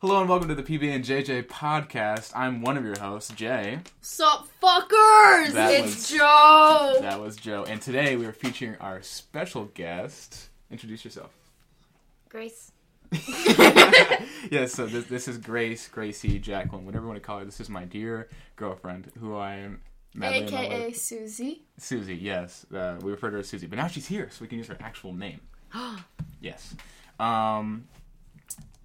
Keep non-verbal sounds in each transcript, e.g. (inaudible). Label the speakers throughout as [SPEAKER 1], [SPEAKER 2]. [SPEAKER 1] Hello and welcome to the PB and JJ podcast. I'm one of your hosts, Jay.
[SPEAKER 2] Sup, fuckers?
[SPEAKER 1] That
[SPEAKER 2] it's
[SPEAKER 1] was-
[SPEAKER 2] Joe.
[SPEAKER 1] That was Joe, and today we are featuring our special guest. Introduce yourself. (laughs)
[SPEAKER 2] Grace.
[SPEAKER 1] Yes, so this, this is Grace, Gracie, Jacqueline, whatever you want to call her. This is my dear girlfriend, who I am madly in love with.
[SPEAKER 2] AKA Susie.
[SPEAKER 1] Susie, yes. Uh, we refer to her as Susie, but now she's here, so we can use her actual
[SPEAKER 2] (gasps)
[SPEAKER 1] name. yes. Um,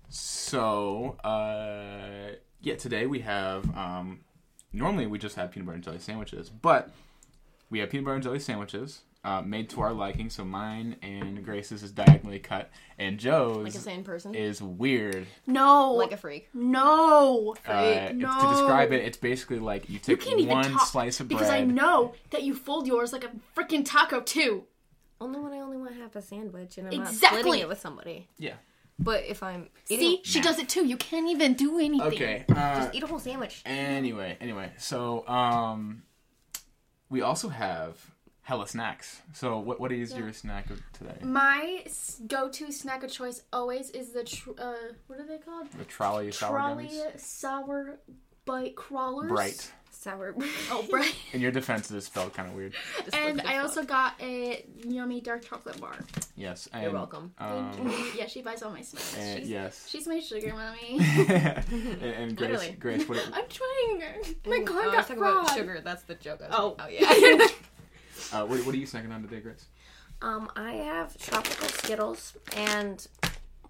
[SPEAKER 1] so, uh, yeah, today we have. Um, normally we just have peanut butter and jelly sandwiches, but we have peanut butter and jelly sandwiches. Uh, made to our liking, so mine and Grace's is diagonally cut, and
[SPEAKER 3] Like a
[SPEAKER 1] Joe's
[SPEAKER 3] sane person.
[SPEAKER 1] is weird.
[SPEAKER 2] No.
[SPEAKER 3] like a freak.
[SPEAKER 2] no.
[SPEAKER 1] Uh, it's- To describe it, it's basically like you take
[SPEAKER 2] can't even
[SPEAKER 1] one
[SPEAKER 2] talk
[SPEAKER 1] slice of bread.
[SPEAKER 2] Because I know that you fold yours like a freaking taco too.
[SPEAKER 3] Only when I only want half a sandwich and I'm
[SPEAKER 2] Exactly.
[SPEAKER 3] not splitting it with somebody.
[SPEAKER 1] Yeah.
[SPEAKER 3] But if I'm
[SPEAKER 2] See,
[SPEAKER 3] eating,
[SPEAKER 2] she does it too. You can't even do anything.
[SPEAKER 1] Okay. Uh,
[SPEAKER 3] eat a whole sandwich.
[SPEAKER 1] Anyway, anyway, so um, we also have hella snacks. So what what is your snack of today?
[SPEAKER 4] My s- go-to snack of choice always is the tr- uh, what are they called?
[SPEAKER 1] The trolley sour
[SPEAKER 4] Trolley
[SPEAKER 1] gummies.
[SPEAKER 4] sour bite crawlers.
[SPEAKER 1] Bright.
[SPEAKER 3] Sour.
[SPEAKER 4] Oh, bright.
[SPEAKER 2] (laughs)
[SPEAKER 1] In your defense, it is spelled kind of weird.
[SPEAKER 3] (laughs)
[SPEAKER 4] and I also got a yummy dark chocolate bar.
[SPEAKER 1] Yes. And,
[SPEAKER 3] You're welcome.
[SPEAKER 1] Um,
[SPEAKER 4] (laughs) yeah, she buys all my snacks.
[SPEAKER 1] (laughs) and-
[SPEAKER 4] she's,
[SPEAKER 1] yes.
[SPEAKER 4] she's my sugar
[SPEAKER 1] (laughs)
[SPEAKER 4] mommy. (laughs)
[SPEAKER 1] and, and Grace,
[SPEAKER 3] Literally.
[SPEAKER 1] Grace, what?
[SPEAKER 4] I'm trying. My
[SPEAKER 3] Oh, I
[SPEAKER 4] car
[SPEAKER 3] was
[SPEAKER 4] got
[SPEAKER 3] talking about
[SPEAKER 4] fraud.
[SPEAKER 3] sugar. That's the joke. I was-
[SPEAKER 4] Oh.
[SPEAKER 3] oh yeah.
[SPEAKER 1] Uh, what, what are you snacking on today, Grace?
[SPEAKER 3] um, I have tropical Skittles and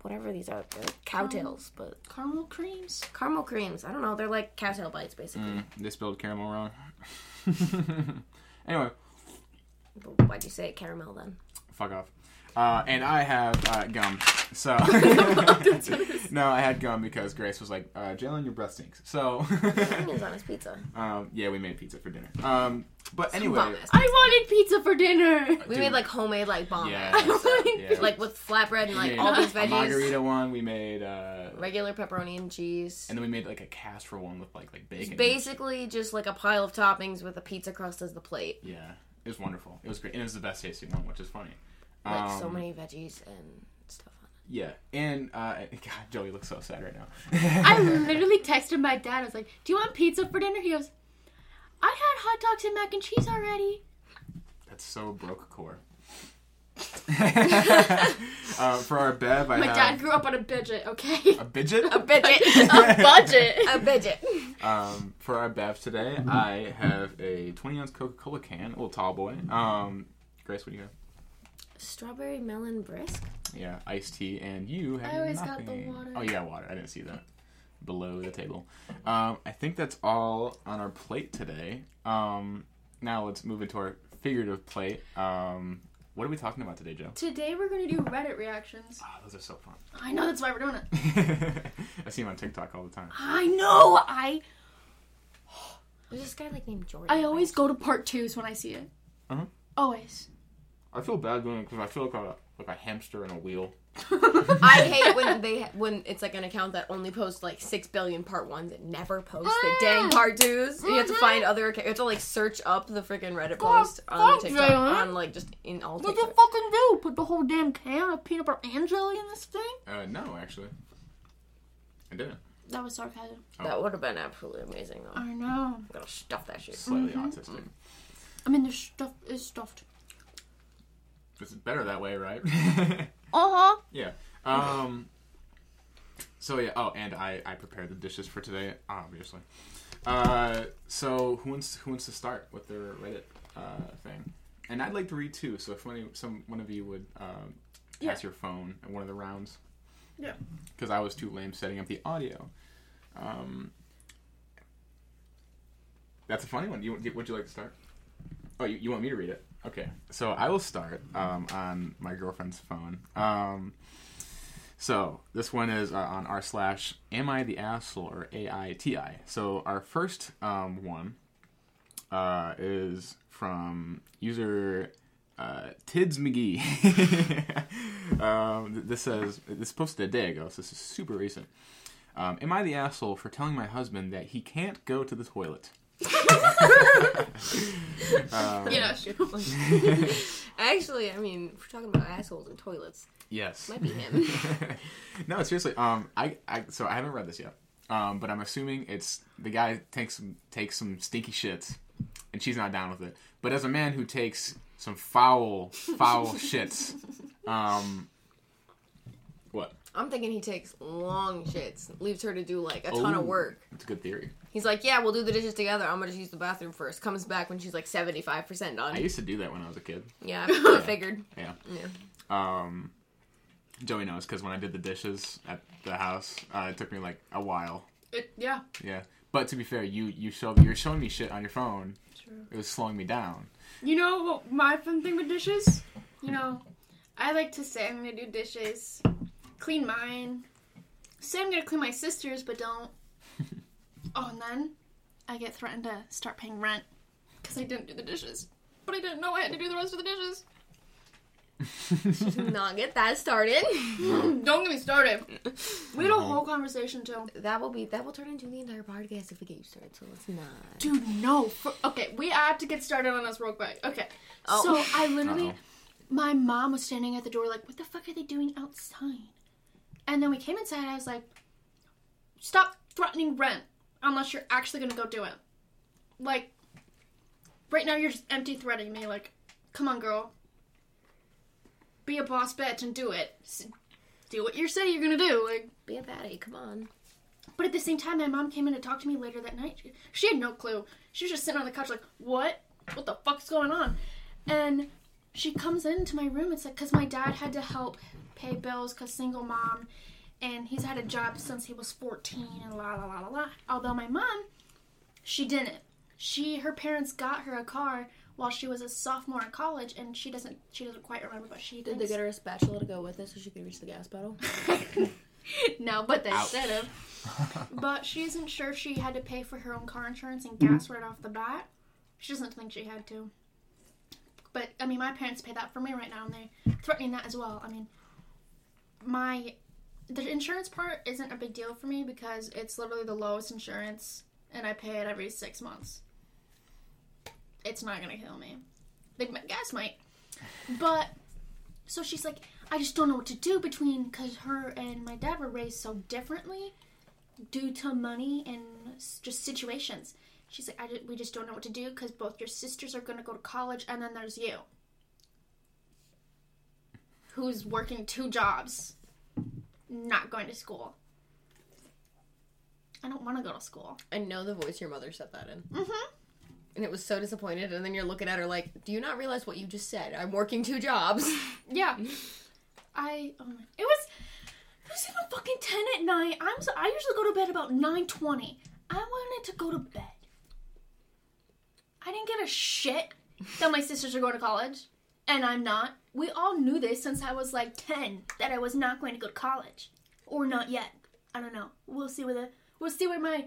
[SPEAKER 3] whatever these are, they're like cowtails, but
[SPEAKER 4] Caramel creams.
[SPEAKER 3] caramel creams. I don't know. They're like cowtail bites, basically.
[SPEAKER 1] Mm, they spelled caramel wrong. (laughs) anyway,
[SPEAKER 3] But why'd you say it caramel
[SPEAKER 1] (laughs)
[SPEAKER 3] then?
[SPEAKER 1] fuck off. Uh, and I have uh, gum. So (laughs) no, I had gum because Grace was like, uh, "Jalen, your breath stinks." So (laughs)
[SPEAKER 3] Onions on his pizza.
[SPEAKER 1] um, yeah, we made pizza for dinner. Um, but anyway,
[SPEAKER 3] Bomb-ass.
[SPEAKER 4] I wanted pizza for dinner.
[SPEAKER 3] We
[SPEAKER 1] dude,
[SPEAKER 3] made like homemade like bomb.
[SPEAKER 1] yeah,
[SPEAKER 3] ass.
[SPEAKER 1] yeah.
[SPEAKER 3] (laughs) Like with flatbread and
[SPEAKER 1] we
[SPEAKER 3] like
[SPEAKER 1] made
[SPEAKER 3] all these
[SPEAKER 1] a
[SPEAKER 3] veggies.
[SPEAKER 1] margarita one. We made uh,
[SPEAKER 3] Regular pepperoni and cheese.
[SPEAKER 1] and then we made like a casserole one with like like
[SPEAKER 3] It's
[SPEAKER 1] bacon.
[SPEAKER 3] basically just like a pile of toppings with a pizza crust as the plate.
[SPEAKER 1] Yeah, it was wonderful. It was great, and it was the best tasting one, which is funny.
[SPEAKER 3] Like so
[SPEAKER 1] Um,
[SPEAKER 3] many veggies and stuff on it.
[SPEAKER 1] Yeah, and uh, (laughs) God, Joey looks so sad right now.
[SPEAKER 4] (laughs)
[SPEAKER 3] (laughs)
[SPEAKER 4] I literally texted my dad. I was like, "Do you want pizza for dinner?" He goes, "I had hot dogs and mac and cheese already."
[SPEAKER 1] That's so broke (laughs) core. uh, for our bev, I
[SPEAKER 4] My
[SPEAKER 1] have
[SPEAKER 4] dad grew up on a budget, okay?
[SPEAKER 1] (laughs) a bidget.
[SPEAKER 3] (laughs) Budget.
[SPEAKER 4] (laughs) a budget.
[SPEAKER 3] Um, a budget.
[SPEAKER 1] (laughs) Um, for our bev today, I have a 20 ounce Coca Cola can, a little tall boy. Um, Grace, what do you have?
[SPEAKER 3] Strawberry melon brisk.
[SPEAKER 1] Yeah, iced tea, and you have
[SPEAKER 4] I always got
[SPEAKER 1] nothing.
[SPEAKER 4] the water.
[SPEAKER 1] Oh, you got water. I didn't see that below the table. Um, I think that's all on our plate today. Um, now let's move into our figurative plate. Um, what are we talking about today, Joe?
[SPEAKER 4] Today we're gonna do Reddit reactions.
[SPEAKER 1] Ah, those are so fun.
[SPEAKER 4] I know that's why we're doing it.
[SPEAKER 1] I see him on TikTok all the time.
[SPEAKER 4] I know. I
[SPEAKER 3] There's this guy like named Jordan.
[SPEAKER 4] I
[SPEAKER 3] (laughs)
[SPEAKER 4] always go to part twos when I see it.
[SPEAKER 1] Mhm.
[SPEAKER 4] Always.
[SPEAKER 1] I feel bad doing it because I feel like a like a hamster in a wheel.
[SPEAKER 3] I hate when they when it's like an account that only posts like six billion part ones and never posts the dang part twos. You have to find other accounts. You have to like search up the freaking Reddit post on
[SPEAKER 4] fuck,
[SPEAKER 3] TikTok
[SPEAKER 4] Jalen.
[SPEAKER 3] on like just in all
[SPEAKER 4] What you
[SPEAKER 3] TikTok.
[SPEAKER 4] fucking do? Put the whole damn can of peanut butter and jelly in this thing?
[SPEAKER 1] Uh, no, actually, I didn't.
[SPEAKER 4] That was sarcasm.
[SPEAKER 3] That would have been absolutely amazing though. I'm
[SPEAKER 4] I know.
[SPEAKER 3] gonna stuff that shit.
[SPEAKER 1] Slightly autistic.
[SPEAKER 4] I mean, the stuff is stuffed.
[SPEAKER 1] It's better that way, right?
[SPEAKER 4] Uh huh.
[SPEAKER 1] yeah. Um. So yeah. Oh, and I I prepared the dishes for today, obviously. Uh. So who wants who wants to start with their Reddit uh thing? And I'd like to read too. So if any some one of you would um pass your phone at one of the rounds.
[SPEAKER 4] Yeah.
[SPEAKER 1] Because I was too lame setting up the audio. Um. That's a funny one. You would you like to start? Oh, you, you want me to read it? Okay. So I will start um, on my girlfriend's phone. Um, so this one is uh, on r slash am I the asshole or A I T I. So our first um, one uh, is from user uh, Tids McGee. (laughs) um, th- this says this posted a day ago, so this is super recent. Um, am I the asshole for telling my husband that he can't go to the toilet? Um,
[SPEAKER 4] You know,
[SPEAKER 3] (laughs)
[SPEAKER 4] it's true.
[SPEAKER 3] Actually, I mean, if we're talking about assholes and toilets.
[SPEAKER 1] Yes.
[SPEAKER 3] Might be (laughs) him.
[SPEAKER 1] (laughs) no, seriously. Um, I, I, so I haven't read this yet. Um, but I'm assuming it's the guy takes some takes some stinky shits, and she's not down with it. But as a man who takes some foul,
[SPEAKER 3] (laughs)
[SPEAKER 1] foul shits, um, what?
[SPEAKER 3] I'm thinking he takes long shits, leaves her to do like a ton
[SPEAKER 1] Ooh,
[SPEAKER 3] of work.
[SPEAKER 1] That's a good theory.
[SPEAKER 3] He's like, yeah, we'll do the dishes together. I'm gonna just use the bathroom first. Comes back when she's like 75%
[SPEAKER 1] I
[SPEAKER 3] done.
[SPEAKER 1] used to do that when I was a kid.
[SPEAKER 3] Yeah, I figured.
[SPEAKER 1] Yeah.
[SPEAKER 3] Yeah.
[SPEAKER 1] Um, Joey knows because when I did the dishes at the house, uh, it took me like a while.
[SPEAKER 4] It, yeah.
[SPEAKER 1] Yeah. But to be fair, you you showed you're showing me shit on your phone.
[SPEAKER 4] True.
[SPEAKER 1] It was slowing me down.
[SPEAKER 4] You know what my fun thing with dishes? You know, I like to say I'm gonna do dishes, clean mine. Say I'm gonna clean my sister's, but don't. oh, and then I get threatened to start paying rent because I didn't do the dishes, but I didn't know I had to do the rest of the dishes. (clears throat)
[SPEAKER 3] Do not get that started.
[SPEAKER 4] don't get me started. (laughs) We had a whole conversation too.
[SPEAKER 3] that will be that will turn into the entire podcast if we get you started. So let's not.
[SPEAKER 4] Dude, no. For, okay, we have to get started on this real quick. Okay.
[SPEAKER 3] Oh.
[SPEAKER 4] So I literally,
[SPEAKER 1] Uh-oh.
[SPEAKER 4] my mom was standing at the door like, what the fuck are they doing outside? And then we came inside and I was like, stop threatening rent unless you're actually going to go do it. Like, right now you're just empty threatening me. Like, come on, girl. Be a boss bitch and do it. S- do what you say you're going to do. Like,
[SPEAKER 3] Be a baddie, come on.
[SPEAKER 4] but at the same time, my mom came in to talk to me later that night. She, she had no clue. She was just sitting on the couch, like, what? What the fuck's going on? And she comes into my room. It's like, because my dad had to help pay bills, because single mom, and he's had a job since he was 14, and la la la la la. Although my mom, she didn't. She her parents got her a car while she was a sophomore in college, and she doesn't she doesn't quite remember, but she
[SPEAKER 3] Did
[SPEAKER 4] did.
[SPEAKER 3] they get her a spatula to go with it so she could reach the gas bottle?
[SPEAKER 4] no, but they
[SPEAKER 1] Ouch.
[SPEAKER 4] should have. But she isn't sure if she had to pay for her own car insurance and gas right off the bat. She doesn't think she had to. But I mean, my parents pay that for me right now, and they're threatening that as well. I mean, my the insurance part isn't a big deal for me because it's literally the lowest insurance, and I pay it every six months. It's not gonna kill me. The gas might, but so she's like, I just don't know what to do between because her and my dad were raised so differently due to money and s- just situations. She's like, I ju- we just don't know what to do because both your sisters are going to go to college and then there's you who's working two jobs, not going to school. I don't want to go to school.
[SPEAKER 3] I know the voice your mother said that in.
[SPEAKER 4] Mm-hmm.
[SPEAKER 3] And it was so disappointed. And then you're looking at her like, do you not realize what you just said? I'm working two (laughs) jobs.
[SPEAKER 4] Yeah. I oh my, it was it was even fucking ten at night. I'm so, I usually go to bed about nine twenty. I wanted to go to bed. I didn't get a shit that my sisters are going to college and I'm not. We all knew this since I was like ten that I was not going to go to college or not yet. I don't know. We'll see where the we'll see where my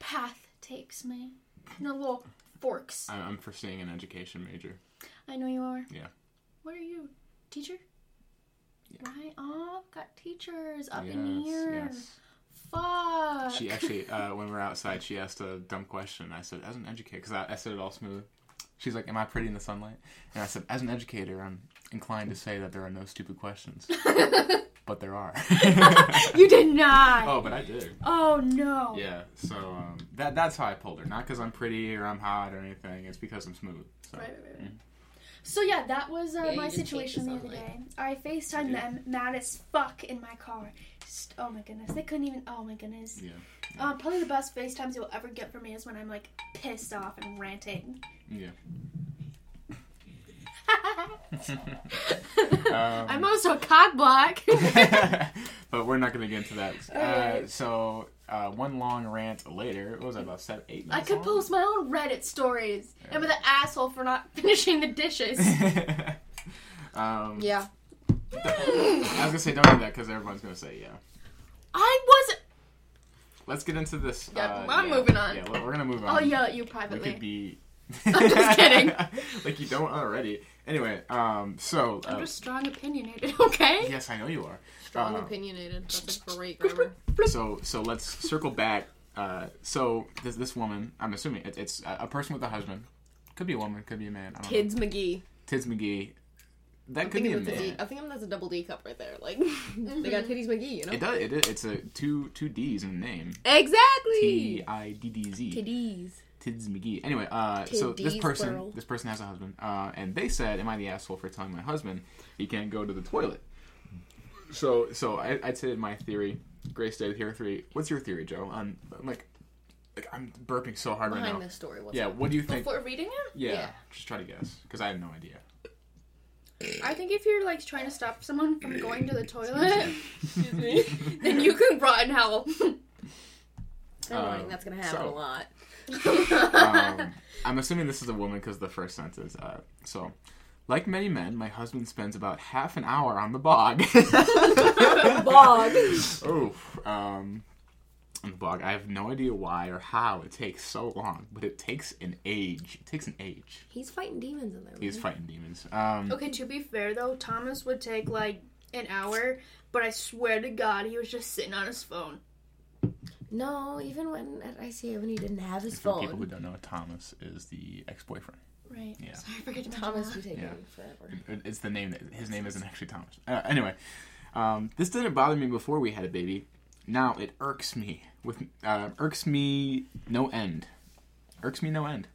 [SPEAKER 4] path takes me. No little forks.
[SPEAKER 1] I'm, I'm foreseeing an education major.
[SPEAKER 4] I know you are.
[SPEAKER 1] Yeah.
[SPEAKER 4] What are you? Teacher? Right off. Got teachers up
[SPEAKER 1] yes,
[SPEAKER 4] in here.
[SPEAKER 1] yes.
[SPEAKER 4] Fuck. (laughs)
[SPEAKER 1] She actually, uh, when we were outside, she asked a dumb question. I said, as an educator, because I, I said it all smooth. She's like, "Am I pretty in the sunlight?" And I said, "As an educator, I'm inclined to say that there are no stupid questions, but there are." (laughs)
[SPEAKER 4] you did not.
[SPEAKER 1] oh, but I did.
[SPEAKER 4] Oh, no.
[SPEAKER 1] Yeah. So um, that that's how I pulled her. Not because I'm pretty or I'm hot or anything. It's because I'm smooth. So.
[SPEAKER 4] Right, right, right,
[SPEAKER 1] Mm-hmm.
[SPEAKER 4] right. So yeah, that was uh,
[SPEAKER 3] Yeah, you
[SPEAKER 4] my
[SPEAKER 3] did take
[SPEAKER 4] situation the
[SPEAKER 3] this
[SPEAKER 4] other day.
[SPEAKER 3] online.
[SPEAKER 4] I FaceTimed
[SPEAKER 1] You did.
[SPEAKER 4] them mad as fuck in my car. Just, oh my goodness, they couldn't even. Oh my goodness.
[SPEAKER 1] Yeah.
[SPEAKER 4] Uh, probably the best FaceTimes you'll ever get from me is when I'm like pissed off and ranting. (laughs)
[SPEAKER 1] Yeah. Um,
[SPEAKER 4] I'm also a cock
[SPEAKER 1] (laughs)
[SPEAKER 4] block.
[SPEAKER 1] but we're not going to get into that. Uh, so uh, one long rant later. What was that about seven, eight
[SPEAKER 4] I
[SPEAKER 1] minutes?
[SPEAKER 4] could
[SPEAKER 1] long?
[SPEAKER 4] post my own Reddit stories. And with an asshole for not (laughs) finishing
[SPEAKER 1] (laughs)
[SPEAKER 4] the dishes.
[SPEAKER 1] um,
[SPEAKER 3] yeah.
[SPEAKER 4] Hmm.
[SPEAKER 1] I was gonna say don't do that because everyone's gonna say yeah.
[SPEAKER 4] I was.
[SPEAKER 1] Let's get into this.
[SPEAKER 4] Yeah,
[SPEAKER 1] uh,
[SPEAKER 4] I'm
[SPEAKER 1] yeah,
[SPEAKER 4] moving on. Oh,
[SPEAKER 1] Yeah, we're we're gonna move on.
[SPEAKER 4] I'll yell at you
[SPEAKER 1] we
[SPEAKER 4] privately.
[SPEAKER 1] could be.
[SPEAKER 4] (laughs)
[SPEAKER 1] (laughs)
[SPEAKER 4] just kidding.
[SPEAKER 1] like you don't already. Anyway, um, so uh,
[SPEAKER 4] I'm just strong opinionated, (laughs) okay?
[SPEAKER 1] yes, I know you are.
[SPEAKER 3] Strong
[SPEAKER 1] Uh,
[SPEAKER 3] opinionated. That's a great grammar.
[SPEAKER 1] So so let's circle back uh, Uh, so this this woman, I'm assuming it, it's a, a person with a husband. Could be a woman, could be a man. I don't
[SPEAKER 3] Tids McGee.
[SPEAKER 1] know. Tids McGee. That
[SPEAKER 3] I'm
[SPEAKER 1] could be
[SPEAKER 3] thinking
[SPEAKER 1] a
[SPEAKER 3] that's a D.
[SPEAKER 1] man.
[SPEAKER 3] I think that's a double D cup right there. Like (laughs) they got Titties McGee, you know.
[SPEAKER 1] It does. It is. It's a two two D's in the name. T
[SPEAKER 3] Exactly.
[SPEAKER 1] I D D Z.
[SPEAKER 3] Titties.
[SPEAKER 1] Tids McGee. Anyway, uh, so this
[SPEAKER 3] Tiddies,
[SPEAKER 1] person,
[SPEAKER 3] plural.
[SPEAKER 1] this person has a husband, uh, and they said, "Am I the asshole for telling my husband he can't go to the toilet?" So, so I, I'd say my theory. Grace did here three. What's your theory, Joe? On I'm like, like I'm burping so hard right
[SPEAKER 3] Behind
[SPEAKER 1] now.
[SPEAKER 3] this story, what's
[SPEAKER 1] Yeah.
[SPEAKER 3] up?
[SPEAKER 1] What do you think?
[SPEAKER 4] Before reading it,
[SPEAKER 1] yeah,
[SPEAKER 3] yeah.
[SPEAKER 1] Just try to guess, because I have no idea.
[SPEAKER 4] I think if you're like trying to stop someone from going to the toilet,
[SPEAKER 3] (laughs)
[SPEAKER 4] (laughs)
[SPEAKER 3] Excuse me.
[SPEAKER 1] (laughs)
[SPEAKER 4] then you can rot in hell.
[SPEAKER 3] I'm
[SPEAKER 1] Um,
[SPEAKER 3] like, that's gonna happen
[SPEAKER 1] so-
[SPEAKER 3] a lot.
[SPEAKER 1] um, I'm assuming this is a woman because the first sentence. Uh, so, like many men, my husband spends about half an hour on the bog. (laughs)
[SPEAKER 3] Bog.
[SPEAKER 1] Oh, um, on the blog, I have no idea why or how it takes so long, but it takes an age. It takes an age.
[SPEAKER 3] (laughs) He's fighting demons in there.
[SPEAKER 1] He's
[SPEAKER 3] man.
[SPEAKER 1] fighting demons. Um,
[SPEAKER 4] (laughs) okay, to be fair though, Thomas would take like an hour, but I swear to God, he was just sitting on his phone.
[SPEAKER 3] No, even when at ICA when he didn't have his
[SPEAKER 1] for people who
[SPEAKER 3] phone.
[SPEAKER 1] don't know, Thomas is the ex-boyfriend.
[SPEAKER 4] Right.
[SPEAKER 1] Yeah.
[SPEAKER 4] Sorry, I forget to mention
[SPEAKER 3] Thomas
[SPEAKER 4] that.
[SPEAKER 3] be taking
[SPEAKER 1] Yeah.
[SPEAKER 3] forever.
[SPEAKER 1] It's the name. That, his name isn't actually Thomas. Uh, anyway, um, this didn't bother me before we had a baby. Now it irks me with uh, irks me no end. Irks me no end.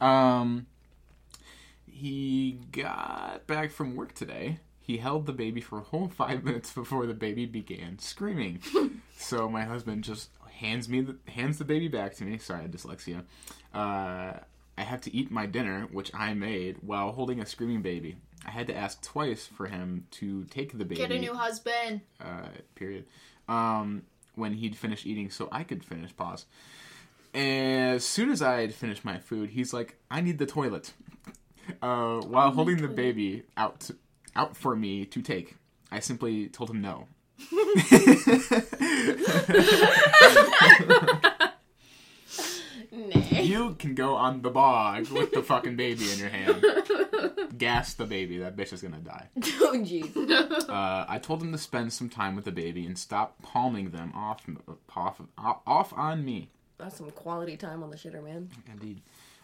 [SPEAKER 1] Um, he got back from work today. He held the baby for a whole (laughs) five minutes before the baby began
[SPEAKER 4] (laughs)
[SPEAKER 1] screaming. so my husband just hands me the, hands the baby back to me. Sorry, I had dyslexia. Uh, I have to eat my dinner, which I made, while holding a screaming baby. I had to ask twice for him to take the baby.
[SPEAKER 4] Get a new husband.
[SPEAKER 1] uh, period. Um, when he'd finished eating, so I could finish. Pause. As soon as I had finished my food, he's like, "I need the toilet," uh, while holding the baby out out for me to take. I simply told him no.
[SPEAKER 3] Nay.
[SPEAKER 1] You can go on the bog with the fucking baby in your hand. Gas the baby. That bitch is gonna die.
[SPEAKER 3] (laughs) Oh jeez.
[SPEAKER 1] Uh, I told him to spend some time with the baby and stop palming them off off off on me.
[SPEAKER 3] That's some quality time on the shitter, man.
[SPEAKER 1] Indeed.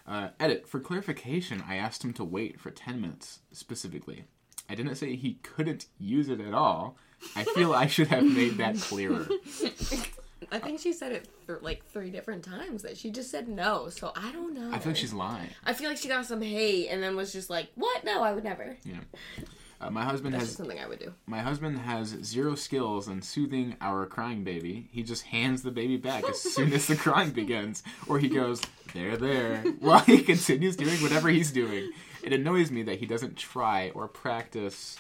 [SPEAKER 1] Uh, edit for clarification. I asked him to wait for ten minutes specifically. I didn't say he couldn't use it at all. I feel I should have made that clearer.
[SPEAKER 3] I think she said it th- like three different times that she just said no. So I don't know.
[SPEAKER 1] I feel like she's lying.
[SPEAKER 3] I feel like she got some hate and then was just like, "What? No, I would never."
[SPEAKER 1] Yeah. Uh, my husband
[SPEAKER 3] That's
[SPEAKER 1] has
[SPEAKER 3] just something I would (laughs) do.
[SPEAKER 1] My husband has zero skills in soothing our crying baby. He just hands the baby back as soon
[SPEAKER 3] (laughs)
[SPEAKER 1] as the crying begins, or he goes, there, there, while he continues doing whatever he's doing. It annoys me that he doesn't try or practice.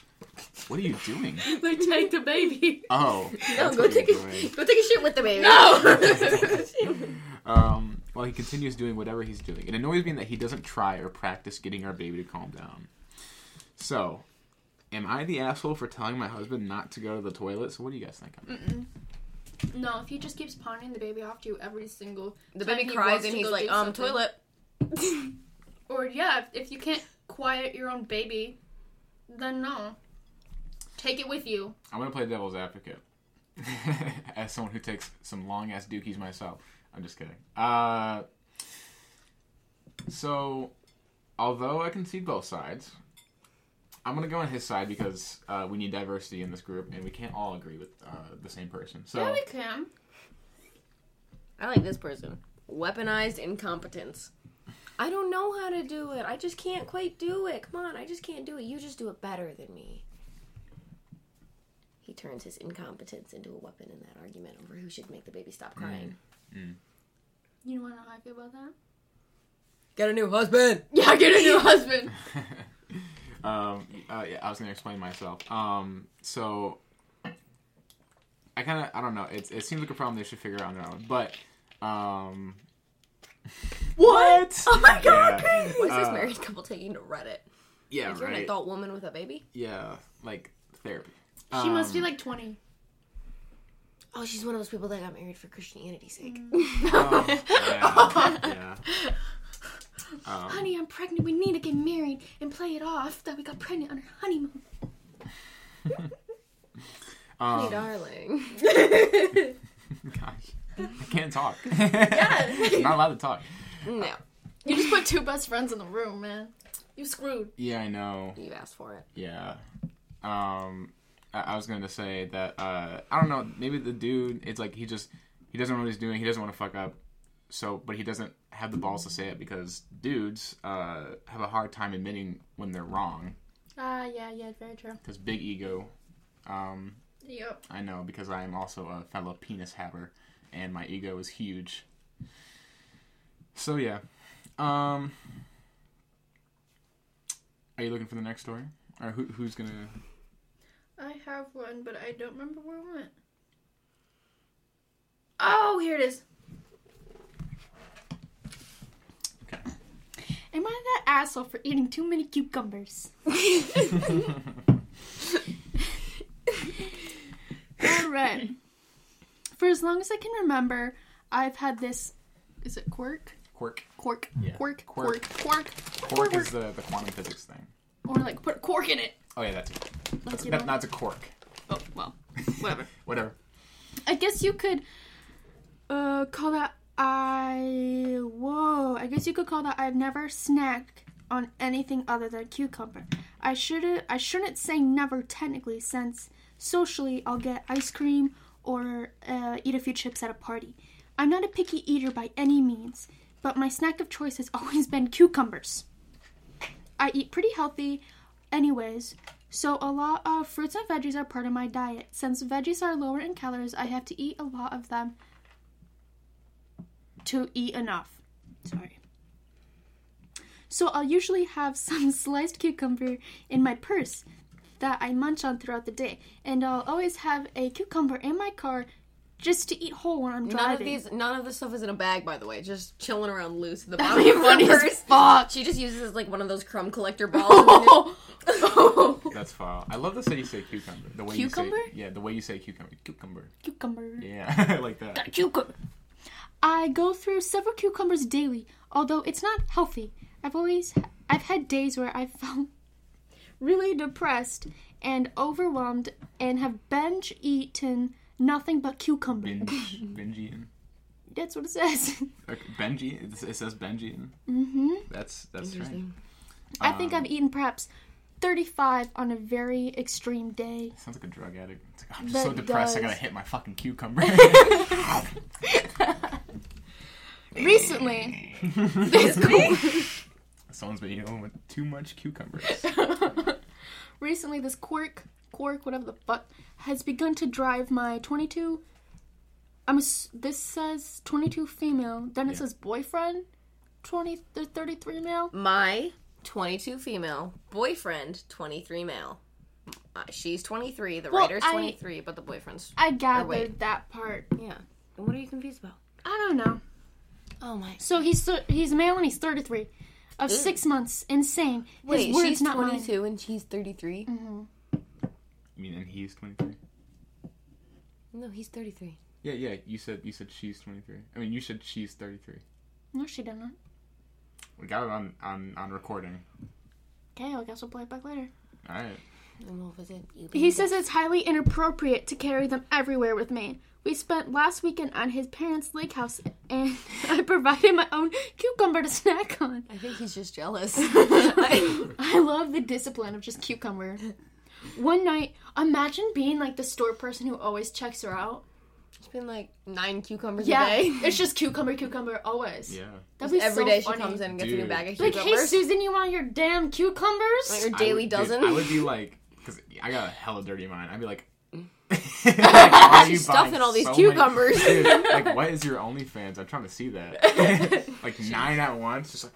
[SPEAKER 1] What are you doing?
[SPEAKER 2] They take
[SPEAKER 3] (laughs)
[SPEAKER 2] the baby.
[SPEAKER 1] Oh,
[SPEAKER 3] No,
[SPEAKER 1] that's
[SPEAKER 3] go
[SPEAKER 1] what you're
[SPEAKER 3] take a
[SPEAKER 1] doing.
[SPEAKER 3] go take a shit with the baby. (laughs)
[SPEAKER 1] Um, while he continues doing whatever he's doing. It annoys me that he doesn't try or practice getting our baby to calm down. So, am I the asshole for telling my husband not to go to the toilet? So, what do you guys think? Of that?
[SPEAKER 4] No, if he just keeps pawning the baby off to you every single
[SPEAKER 3] the
[SPEAKER 4] time
[SPEAKER 3] baby
[SPEAKER 4] he
[SPEAKER 3] cries
[SPEAKER 4] wants
[SPEAKER 3] and
[SPEAKER 4] to
[SPEAKER 3] he's
[SPEAKER 4] go
[SPEAKER 3] like,
[SPEAKER 4] do
[SPEAKER 3] "Um,
[SPEAKER 4] something.
[SPEAKER 3] toilet."
[SPEAKER 4] Or yeah, if, if you can't quiet your own baby, then no. Take it with you.
[SPEAKER 1] I'm gonna play devil's advocate (laughs) as someone who takes some long ass dookies myself. I'm just kidding. Uh, so, although I can see both sides, I'm gonna go on his side because uh, we need diversity in this group, and we can't all agree with uh, the same person. So,
[SPEAKER 4] Yeah, we can.
[SPEAKER 3] I like this person. Weaponized incompetence. I don't know how to do it. I just can't quite do it. Come on, I just can't do it. You just do it better than me. He turns his incompetence into a weapon in that argument over who should make the baby stop crying.
[SPEAKER 4] You wanna know how I feel about that?
[SPEAKER 3] Get a new (laughs) husband.
[SPEAKER 4] Yeah, get a new husband.
[SPEAKER 1] (laughs) um, uh, yeah, I was gonna explain myself. Um, so I kind of I don't know. It it seems like a problem they should figure out on their own. But um, (laughs) what?
[SPEAKER 3] Oh my god.
[SPEAKER 1] Yeah.
[SPEAKER 3] What is this
[SPEAKER 1] Uh,
[SPEAKER 3] married couple taking to Reddit?
[SPEAKER 1] Yeah,
[SPEAKER 3] If you're
[SPEAKER 1] right.
[SPEAKER 3] an adult woman with a baby.
[SPEAKER 1] Yeah, like therapy.
[SPEAKER 4] she must be
[SPEAKER 1] Um,
[SPEAKER 4] like twenty.
[SPEAKER 3] Oh, she's one of those people that got married for Christianity's (laughs) sake.
[SPEAKER 1] oh,
[SPEAKER 4] (laughs)
[SPEAKER 1] yeah, yeah. Um,
[SPEAKER 4] Honey, I'm pregnant. We need to get married and play it off that we got pregnant on our honeymoon.
[SPEAKER 1] um, (laughs)
[SPEAKER 3] Hey, darling. (laughs)
[SPEAKER 1] gosh, I
[SPEAKER 4] (laughs)
[SPEAKER 1] talk. yeah. (laughs) not allowed to talk.
[SPEAKER 3] No,
[SPEAKER 2] You just put two best friends in the room, man. You screwed.
[SPEAKER 1] Yeah, I know.
[SPEAKER 3] you asked for it.
[SPEAKER 1] Yeah. Um, I, I was gonna say that uh, I don't know. Maybe the dude, it's like he just he doesn't know what he's doing. He doesn't want to fuck up. So, but he doesn't have the balls to say it because dudes uh, have a hard time admitting when they're wrong.
[SPEAKER 4] Ah, yeah, yeah, very true.
[SPEAKER 1] Because big ego. Um,
[SPEAKER 4] Yep.
[SPEAKER 1] I know because I am also a fellow penis haver, and my ego is huge. So yeah. Um, are you looking for the next story, or who, who's gonna?
[SPEAKER 4] I have one, but I don't remember where it went. Oh, here it is.
[SPEAKER 1] Okay.
[SPEAKER 4] Am I that asshole for eating too many cucumbers? All right. For as long as I can remember, I've had this. Is it quirk?
[SPEAKER 1] Quirk.
[SPEAKER 4] Quirk.
[SPEAKER 1] Yeah.
[SPEAKER 4] Quirk.
[SPEAKER 1] Quirk.
[SPEAKER 4] Quirk. Quirk.
[SPEAKER 1] Quirk is the, the quantum physics thing.
[SPEAKER 4] Or like put a cork in it.
[SPEAKER 1] Oh yeah, that's it. That's,
[SPEAKER 4] you
[SPEAKER 1] that,
[SPEAKER 4] know?
[SPEAKER 1] that's a quirk.
[SPEAKER 4] Oh well, whatever.
[SPEAKER 1] Whatever.
[SPEAKER 4] I guess you could uh, call that I whoa. I guess you could call that I've never snacked on anything other than cucumber. I should I shouldn't say never technically since socially I'll get ice cream or uh, eat a few chips at a party. I'm not a picky eater by any means, but my snack of choice has (laughs) always been cucumbers. I eat pretty healthy, anyways, so a lot of fruits and veggies are part of my diet. Since veggies are lower in calories, I have to eat a lot of them to eat enough. Sorry. So I'll usually have (laughs) some sliced cucumber in my purse that I munch on throughout the day, and I'll always have a cucumber in my car just to eat whole when I'm driving.
[SPEAKER 3] None of these, none of this stuff is in a bag, by the way. Just chilling around loose at (laughs) the bottom of
[SPEAKER 2] funny
[SPEAKER 3] her
[SPEAKER 2] as
[SPEAKER 3] purse. She just uses like one of those crumb (laughs) collector balls.
[SPEAKER 2] Oh,
[SPEAKER 3] (laughs)
[SPEAKER 1] That's foul. I love the way you say cucumber. The way
[SPEAKER 2] Cucumber?
[SPEAKER 1] You say, yeah, the way you say cucumber. Cucumber.
[SPEAKER 4] cucumber.
[SPEAKER 1] Yeah, (laughs) like that.
[SPEAKER 4] cucumber. I go through several cucumbers daily, although it's not healthy. I've always I've had days where I (laughs) felt really depressed and overwhelmed and have binge eaten nothing but cucumber.
[SPEAKER 1] Binge. Benjian.
[SPEAKER 4] That's what it says. (laughs)
[SPEAKER 1] Okay, Benji. It, it says Benjian.
[SPEAKER 4] hmm
[SPEAKER 1] That's that's strange.
[SPEAKER 3] Interesting.
[SPEAKER 4] I think
[SPEAKER 1] Um,
[SPEAKER 4] I've eaten perhaps 35 on a very extreme day.
[SPEAKER 1] Sounds like a drug addict. It's like, I'm just
[SPEAKER 4] That
[SPEAKER 1] so depressed. I
[SPEAKER 4] does.
[SPEAKER 1] gotta hit my fucking cucumber. (laughs)
[SPEAKER 4] Recently,
[SPEAKER 1] Someone's been eating with too much cucumbers.
[SPEAKER 4] recently this quark quark whatever the fuck has begun to drive my 22 i'm ass- this says 22 female then it
[SPEAKER 1] Yeah.
[SPEAKER 4] says boyfriend 20 th- 33 male
[SPEAKER 3] My 22 female boyfriend, 23 male. Uh, she's 23. The
[SPEAKER 4] Well,
[SPEAKER 3] writer's
[SPEAKER 4] I-
[SPEAKER 3] 23, but the boyfriend's
[SPEAKER 4] i gathered
[SPEAKER 3] wait.
[SPEAKER 4] that part
[SPEAKER 3] yeah. What are you confused about?
[SPEAKER 4] i don't know
[SPEAKER 3] Oh my.
[SPEAKER 4] so he's thir- he's male and he's 33 of six months insane
[SPEAKER 3] Wait,
[SPEAKER 4] his words
[SPEAKER 3] she's
[SPEAKER 4] not mine.
[SPEAKER 3] 22 and she's 33.
[SPEAKER 1] I mean, and he's 23.
[SPEAKER 3] No, he's 33.
[SPEAKER 1] Yeah, yeah. You said you said she's 23. I mean, you said she's 33.
[SPEAKER 4] no she didn't
[SPEAKER 1] We got it on on on recording.
[SPEAKER 4] okay i guess we'll play it back later
[SPEAKER 1] All right.
[SPEAKER 3] And what was it? You
[SPEAKER 4] He says it's highly inappropriate to carry them everywhere with me. We spent last weekend on his parents' lake house, and (laughs) I provided my own cucumber to snack on.
[SPEAKER 3] I think he's just (laughs) jealous.
[SPEAKER 4] I love the discipline of just cucumber. One night, imagine being like the store person who always checks her out.
[SPEAKER 3] it's been like nine cucumbers
[SPEAKER 4] Yeah,
[SPEAKER 3] a day.
[SPEAKER 4] (laughs) it's just cucumber, cucumber, always.
[SPEAKER 1] Yeah.
[SPEAKER 4] That'd be
[SPEAKER 3] Every
[SPEAKER 4] so
[SPEAKER 3] day
[SPEAKER 4] funny.
[SPEAKER 3] she comes in and gets a new
[SPEAKER 1] Dude.
[SPEAKER 3] bag of
[SPEAKER 4] Like,
[SPEAKER 3] cucumbers.
[SPEAKER 4] hey Susan, you want your damn cucumbers?
[SPEAKER 3] Like, your
[SPEAKER 1] I
[SPEAKER 3] daily
[SPEAKER 1] would- dude,
[SPEAKER 3] dozen.
[SPEAKER 1] I would be like, because I got a hella dirty mind. I'd be like, (laughs)
[SPEAKER 3] (laughs)
[SPEAKER 1] why are you
[SPEAKER 3] She's stuffing
[SPEAKER 1] buying
[SPEAKER 3] all these
[SPEAKER 1] so many-
[SPEAKER 3] cucumbers.
[SPEAKER 1] Dude,
[SPEAKER 3] (laughs)
[SPEAKER 1] like, what is your OnlyFans? I'm trying to see that. like nine at once, just like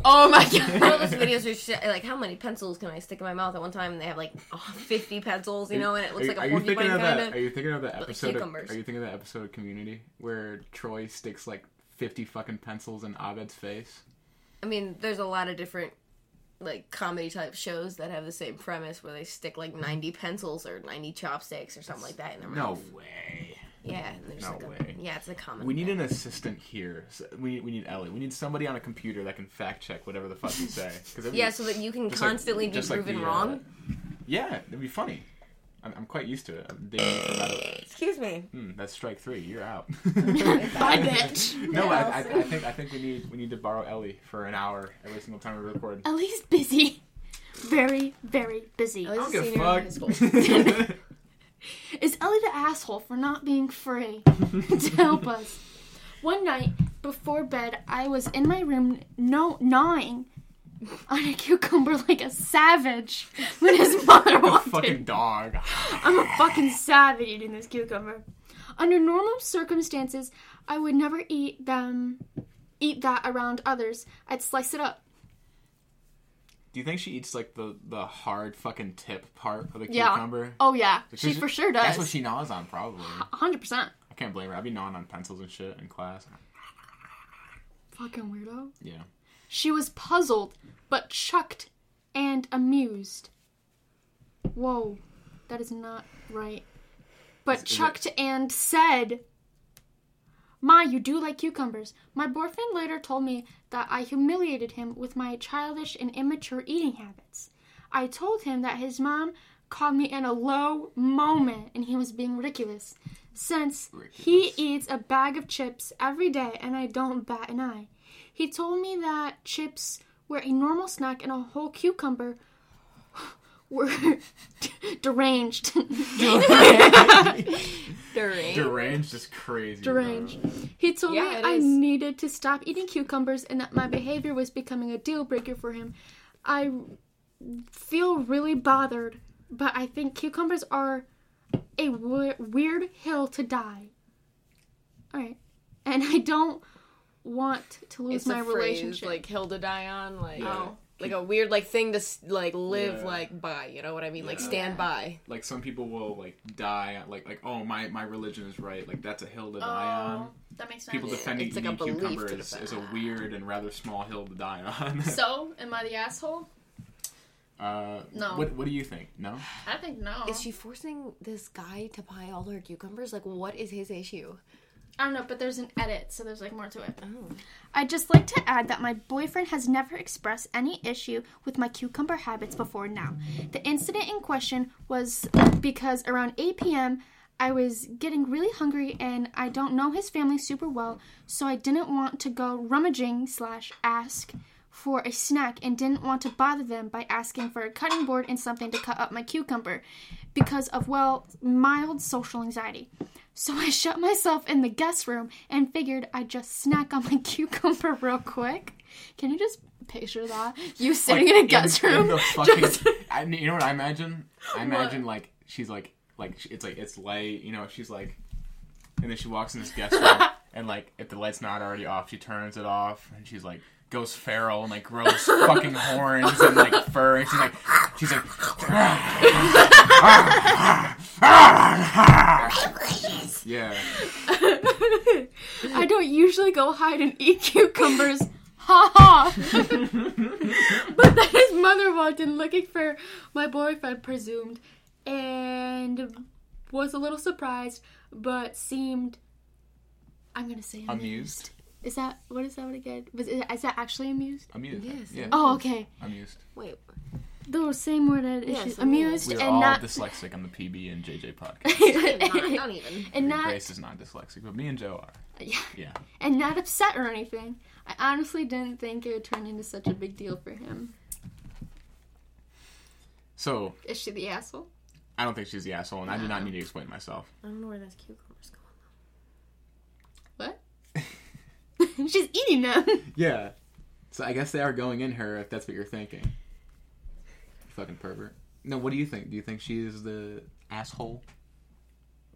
[SPEAKER 3] (laughs) oh my
[SPEAKER 1] (laughs)
[SPEAKER 3] god! All those videos where she's like, "How many pencils can I stick in my mouth at one time?" And they have like (laughs) oh, 50 pencils, you know, Oh, and it looks
[SPEAKER 1] are,
[SPEAKER 3] like a
[SPEAKER 1] are you
[SPEAKER 3] porcupine
[SPEAKER 1] thinking of that? Are
[SPEAKER 3] kind
[SPEAKER 1] you thinking of the episode? Of,
[SPEAKER 3] cucumbers.
[SPEAKER 1] are you thinking of that episode of Community where Troy sticks like fifty fucking pencils in Abed's face?
[SPEAKER 3] I mean, there's a lot of different like comedy type shows that have the same premise where they stick like 90 pencils or 90 chopsticks or something like that in their
[SPEAKER 1] No
[SPEAKER 3] mouth.
[SPEAKER 1] way.
[SPEAKER 3] Yeah, and there's
[SPEAKER 1] No
[SPEAKER 3] like a-
[SPEAKER 1] way.
[SPEAKER 3] yeah, it's a common.
[SPEAKER 1] We need
[SPEAKER 3] thing.
[SPEAKER 1] an assistant here. So we we need Ellie. We need somebody on a computer that can fact check whatever the fuck we say.
[SPEAKER 3] (laughs)
[SPEAKER 1] 'Cause it'd be-
[SPEAKER 3] yeah, so that you can
[SPEAKER 1] just like-
[SPEAKER 3] constantly be
[SPEAKER 1] just like
[SPEAKER 3] proven
[SPEAKER 1] the, uh,
[SPEAKER 3] wrong.
[SPEAKER 1] yeah, it'd be funny. I'm, I'm quite used to it. I'm dating for about
[SPEAKER 3] Excuse me.
[SPEAKER 1] Hmm, that's strike three. You're out. (laughs)
[SPEAKER 2] I bet.
[SPEAKER 3] (laughs)
[SPEAKER 1] no, I, I, I think I think we need we need to borrow Ellie for an hour every single time we record.
[SPEAKER 4] Oh,
[SPEAKER 2] Ellie's busy. Very, very busy.
[SPEAKER 3] At least
[SPEAKER 1] I
[SPEAKER 3] a senior in high
[SPEAKER 1] don't
[SPEAKER 3] school.
[SPEAKER 1] give (laughs) a fuck.
[SPEAKER 4] Is Ellie the asshole for not
[SPEAKER 1] (laughs)
[SPEAKER 4] being free to help us? One night before bed, I was in my room, no gnawing on a cucumber like a savage
[SPEAKER 1] (laughs)
[SPEAKER 4] when his mother
[SPEAKER 1] a
[SPEAKER 4] walked
[SPEAKER 1] fucking
[SPEAKER 4] in.
[SPEAKER 1] dog.
[SPEAKER 4] I'm a fucking savage eating this cucumber. Under normal circumstances, I would never eat them, eat that around others. I'd slice it up.
[SPEAKER 1] Do you think she eats like the the hard fucking tip part of the
[SPEAKER 4] Yeah.
[SPEAKER 1] cucumber?
[SPEAKER 4] Oh yeah, she
[SPEAKER 1] Because
[SPEAKER 4] for sure
[SPEAKER 1] That's what
[SPEAKER 4] does.
[SPEAKER 1] she gnaws on, probably.
[SPEAKER 4] Hundred percent.
[SPEAKER 1] I can't blame her. I'd be gnawing on pencils and shit in class.
[SPEAKER 4] Fucking weirdo.
[SPEAKER 1] Yeah.
[SPEAKER 4] She was puzzled, but chucked and amused. Whoa, that is not right. But
[SPEAKER 1] Is- is it-
[SPEAKER 4] chucked and said, Ma, you do like cucumbers. My boyfriend later told me that I humiliated him with my childish and immature eating habits. I told him that his mom caught me in a low moment and he was being ridiculous. Since he
[SPEAKER 1] Ridiculous.
[SPEAKER 4] eats a bag of chips every day and I don't bat an eye. He told me that chips were a normal snack and a whole cucumber were (laughs) deranged. (laughs)
[SPEAKER 3] Deranged.
[SPEAKER 1] Deranged is crazy. bro.
[SPEAKER 4] deranged. He told
[SPEAKER 3] Yeah,
[SPEAKER 4] me
[SPEAKER 3] it
[SPEAKER 4] I
[SPEAKER 3] is.
[SPEAKER 4] needed to stop eating cucumbers and that my behavior was becoming a deal breaker for him. I feel really bothered, but I think cucumbers are a w- weird hill to die. All right. And I don't want to lose
[SPEAKER 3] It's
[SPEAKER 4] my
[SPEAKER 3] a phrase,
[SPEAKER 4] relationship.
[SPEAKER 3] like Hilda Dion, like
[SPEAKER 1] Yeah.
[SPEAKER 4] Oh.
[SPEAKER 3] like a weird like thing to s- like live
[SPEAKER 1] Yeah.
[SPEAKER 3] like by. You know what I mean? Like
[SPEAKER 1] Yeah.
[SPEAKER 3] stand by.
[SPEAKER 1] Like some people will like die. Like like oh my my religion is right. Like that's a hill to die on.
[SPEAKER 2] that makes sense.
[SPEAKER 1] People
[SPEAKER 3] Yeah,
[SPEAKER 1] defending
[SPEAKER 3] Oh, it's like a
[SPEAKER 1] eating
[SPEAKER 3] belief
[SPEAKER 1] cucumber
[SPEAKER 3] to
[SPEAKER 1] is, is a
[SPEAKER 3] defend.
[SPEAKER 1] weird and rather small hill to die on.
[SPEAKER 2] So, am I the asshole?
[SPEAKER 1] (laughs) uh,
[SPEAKER 2] No.
[SPEAKER 1] What What do you think? No.
[SPEAKER 2] I think no.
[SPEAKER 3] Is she forcing this guy to buy all her cucumbers? Like, what is his issue?
[SPEAKER 2] I don't know, but there's an edit, so there's like more to it.
[SPEAKER 4] Oh. I'd just like to add that my boyfriend has never expressed any issue with my cucumber habits before now. The incident in question was because around 8 p.m., I was getting really hungry and I don't know his family super well, so I didn't want to go rummaging slash ask for a snack and didn't want to bother them by asking for a cutting board and something to cut up my cucumber because of, well, mild social anxiety. So I (laughs) shut myself in the guest room and figured I'd just snack on my (laughs) cucumber real quick. Can you just picture that? You sitting in a guest
[SPEAKER 1] in
[SPEAKER 4] room. (laughs)
[SPEAKER 1] the fucking,
[SPEAKER 4] just-
[SPEAKER 1] I mean, you know what I imagine? I imagine like she's like like sh- it's like it's light. You know, she's like, and then she walks in this guest room,
[SPEAKER 4] (laughs)
[SPEAKER 1] and like if the light's not already off, she turns it off, and she's like goes feral and like
[SPEAKER 4] (laughs)
[SPEAKER 1] grows fucking horns and like fur, and she's like she's
[SPEAKER 4] (laughs)
[SPEAKER 1] like. yeah,
[SPEAKER 4] I don't usually go hide and eat cucumbers. Ha ha! but then his mother walked in looking for my boyfriend, presumed, and was a little surprised, but seemed. I'm gonna say
[SPEAKER 1] amused,
[SPEAKER 4] Is that what is that what again? Was is, is that actually amused?
[SPEAKER 1] amused,
[SPEAKER 3] Yes.
[SPEAKER 1] yeah,
[SPEAKER 4] Oh, okay.
[SPEAKER 1] amused.
[SPEAKER 3] (laughs) Wait,
[SPEAKER 4] The same word that
[SPEAKER 3] Yeah,
[SPEAKER 4] issues.
[SPEAKER 3] so-
[SPEAKER 4] amused
[SPEAKER 1] We are
[SPEAKER 4] and
[SPEAKER 1] all
[SPEAKER 4] not
[SPEAKER 1] dyslexic on the PB and
[SPEAKER 4] (laughs)
[SPEAKER 1] JJ podcast.
[SPEAKER 3] not, not even.
[SPEAKER 4] and not
[SPEAKER 1] Grace is not dyslexic, but me and Joe are.
[SPEAKER 4] yeah,
[SPEAKER 1] Yeah.
[SPEAKER 4] and not upset or anything. I honestly didn't think it would turn into such a big deal for him.
[SPEAKER 1] So
[SPEAKER 4] Is she the asshole?
[SPEAKER 1] I don't think she's the asshole, and I do not need to explain myself.
[SPEAKER 3] I don't know where those cucumbers go. (laughs)
[SPEAKER 4] She's eating them.
[SPEAKER 1] Yeah. So I guess they are going in her if that's what you're thinking. You fucking pervert. No, what do you think? Do you think she is the (laughs) asshole?